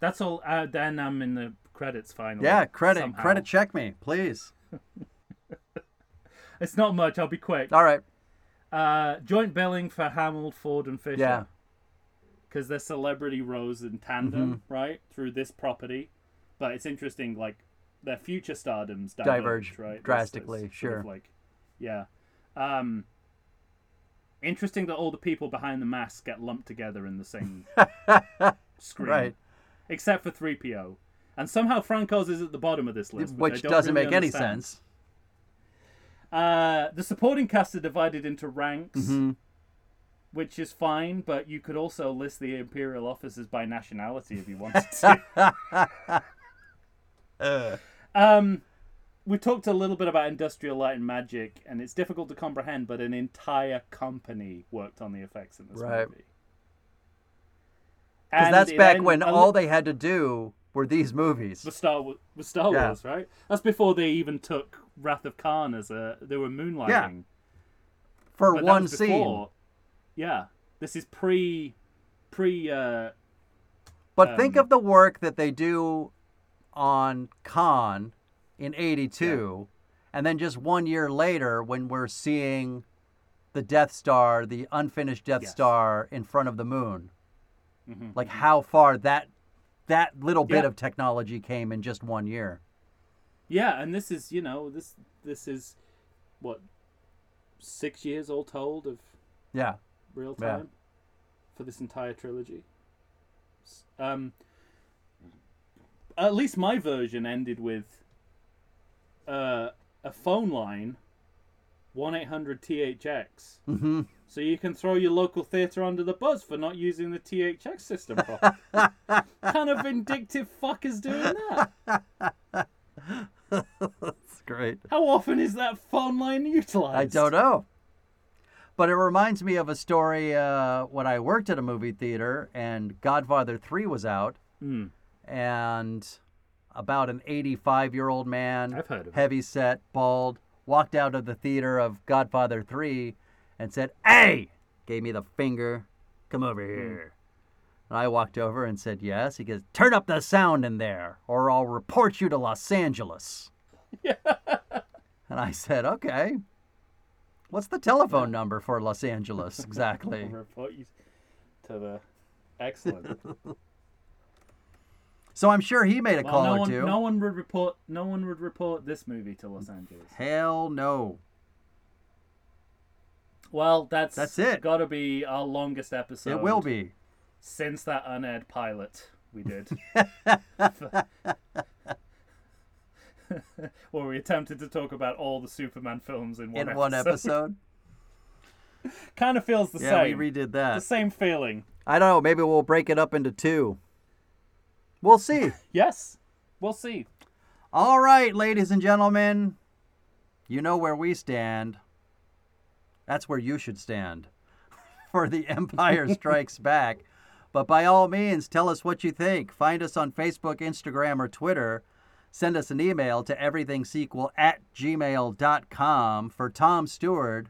S4: that's all. Uh, then I'm in the credits finally.
S1: Yeah, credit
S4: somehow.
S1: credit check me, please.
S4: It's not much. I'll be quick.
S1: All right.
S4: Uh, joint billing for Hamill, Ford, and Fisher.
S1: Yeah.
S3: because they're celebrity rows in tandem,
S1: Mm-hmm.
S3: right, through this property. But it's interesting, like their future stardoms diverge,
S1: Diverge
S3: right, That's- that's
S1: drastically,
S3: sort of
S1: sure.
S3: like, yeah. Um, interesting that all the people behind the mask get lumped together in the same screen,
S1: Right.
S3: Except for three PO, and somehow Franco's is at the bottom of this list, which, I
S1: Which
S3: don't
S1: doesn't
S3: really
S1: make any
S3: understand.
S1: sense.
S3: Uh, the supporting cast are divided into ranks,
S1: Mhm.
S3: which is fine, but you could also list the Imperial officers by nationality if you wanted to.
S1: Uh,
S3: um, we talked a little bit about Industrial Light and Magic, and it's difficult to comprehend, but an entire company worked on the effects in this
S1: Right.
S3: movie.
S1: Cuz
S3: And
S1: that's
S3: it
S1: back
S3: end-
S1: when
S3: a
S1: all
S3: lo-
S1: they had to do were these movies.
S3: with Star Wars, with Star
S1: Yeah.
S3: Wars, right? That's before they even took Wrath of Khan as a they were moonlighting.
S1: For
S3: But that
S1: one
S3: was
S1: scene.
S3: before- Yeah, this is pre, pre. Uh,
S1: But think
S3: um,
S1: of the work that they do on Khan in 82, and then just one year later when we're seeing the Death Star, the unfinished Death
S3: Yes.
S1: Star in front of the moon.
S3: mhm.
S1: Like how far that that little bit
S3: Yeah.
S1: of technology came in just one year.
S3: yeah, and this is you know this this is what six years all told of
S1: Yeah.
S3: real
S1: Yeah.
S3: time for this entire trilogy. S- Um, at least my version ended with uh, a phone line, one eight hundred THX.
S1: hmm
S3: So you can throw your local theatre under the bus for not using the THX system properly. kind of vindictive fuckers doing that.
S1: That's great.
S3: How often is that phone line utilised?
S1: I don't know. But it reminds me of a story uh, when I worked at a movie theater and Godfather 3 was out.
S3: Mm.
S1: And about an 85 year old man,
S4: I've heard of it.
S1: heavy set, bald, walked out of the theater of Godfather 3 and said, Hey! Gave me the finger, come over
S3: Hmm.
S1: here. And I walked over and said, Yes. He goes, Turn up the sound in there or I'll report you to Los Angeles. and I said, Okay. What's the telephone number for Los Angeles exactly?
S3: Report you to the excellent.
S1: so I'm sure he made a
S3: Well,
S1: call
S3: no
S1: or
S3: one,
S1: two.
S3: no one would report. No one would report this movie to Los Angeles.
S1: Hell no.
S3: Well, that's
S1: That's it.
S3: Got to be our longest episode.
S1: It will be.
S3: since that unaired pilot we did. where we attempted to talk about all the Superman films in one
S1: in
S3: episode.
S1: one episode.
S3: kind of feels the
S1: Yeah,
S3: same.
S1: we redid
S3: the
S1: that.
S3: same feeling.
S1: I don't know. Maybe we'll break it up into two. We'll see.
S3: Yes, we'll see.
S1: All right, ladies and gentlemen, you know where we stand. That's where you should stand for The Empire Strikes Back. But by all means, tell us what you think. Find us on Facebook, Instagram, or Twitter. Send us an email to everythingsequel at gmail.com. For Tom Stewart,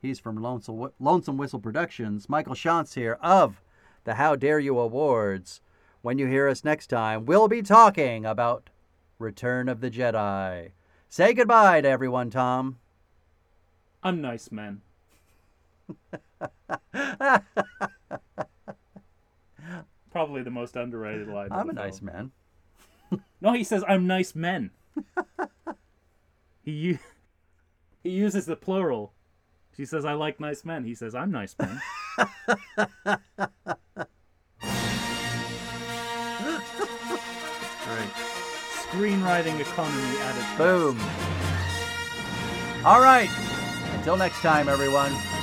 S1: he's from Lonesome Whi- Lonesome Whistle Productions. Michael Shantz here of the How Dare You Awards. When you hear us next time, we'll be talking about Return of the Jedi. Say goodbye to everyone, Tom.
S3: I'm nice, man. Probably the most underrated line. of
S1: I'm
S3: the
S1: a nice
S3: film.
S1: man.
S3: No, he says I'm nice men. he u- he uses the plural. She says I like nice men. He says I'm nice men. Screenwriting economy at its best.
S1: Boom. All right. Until next time, everyone.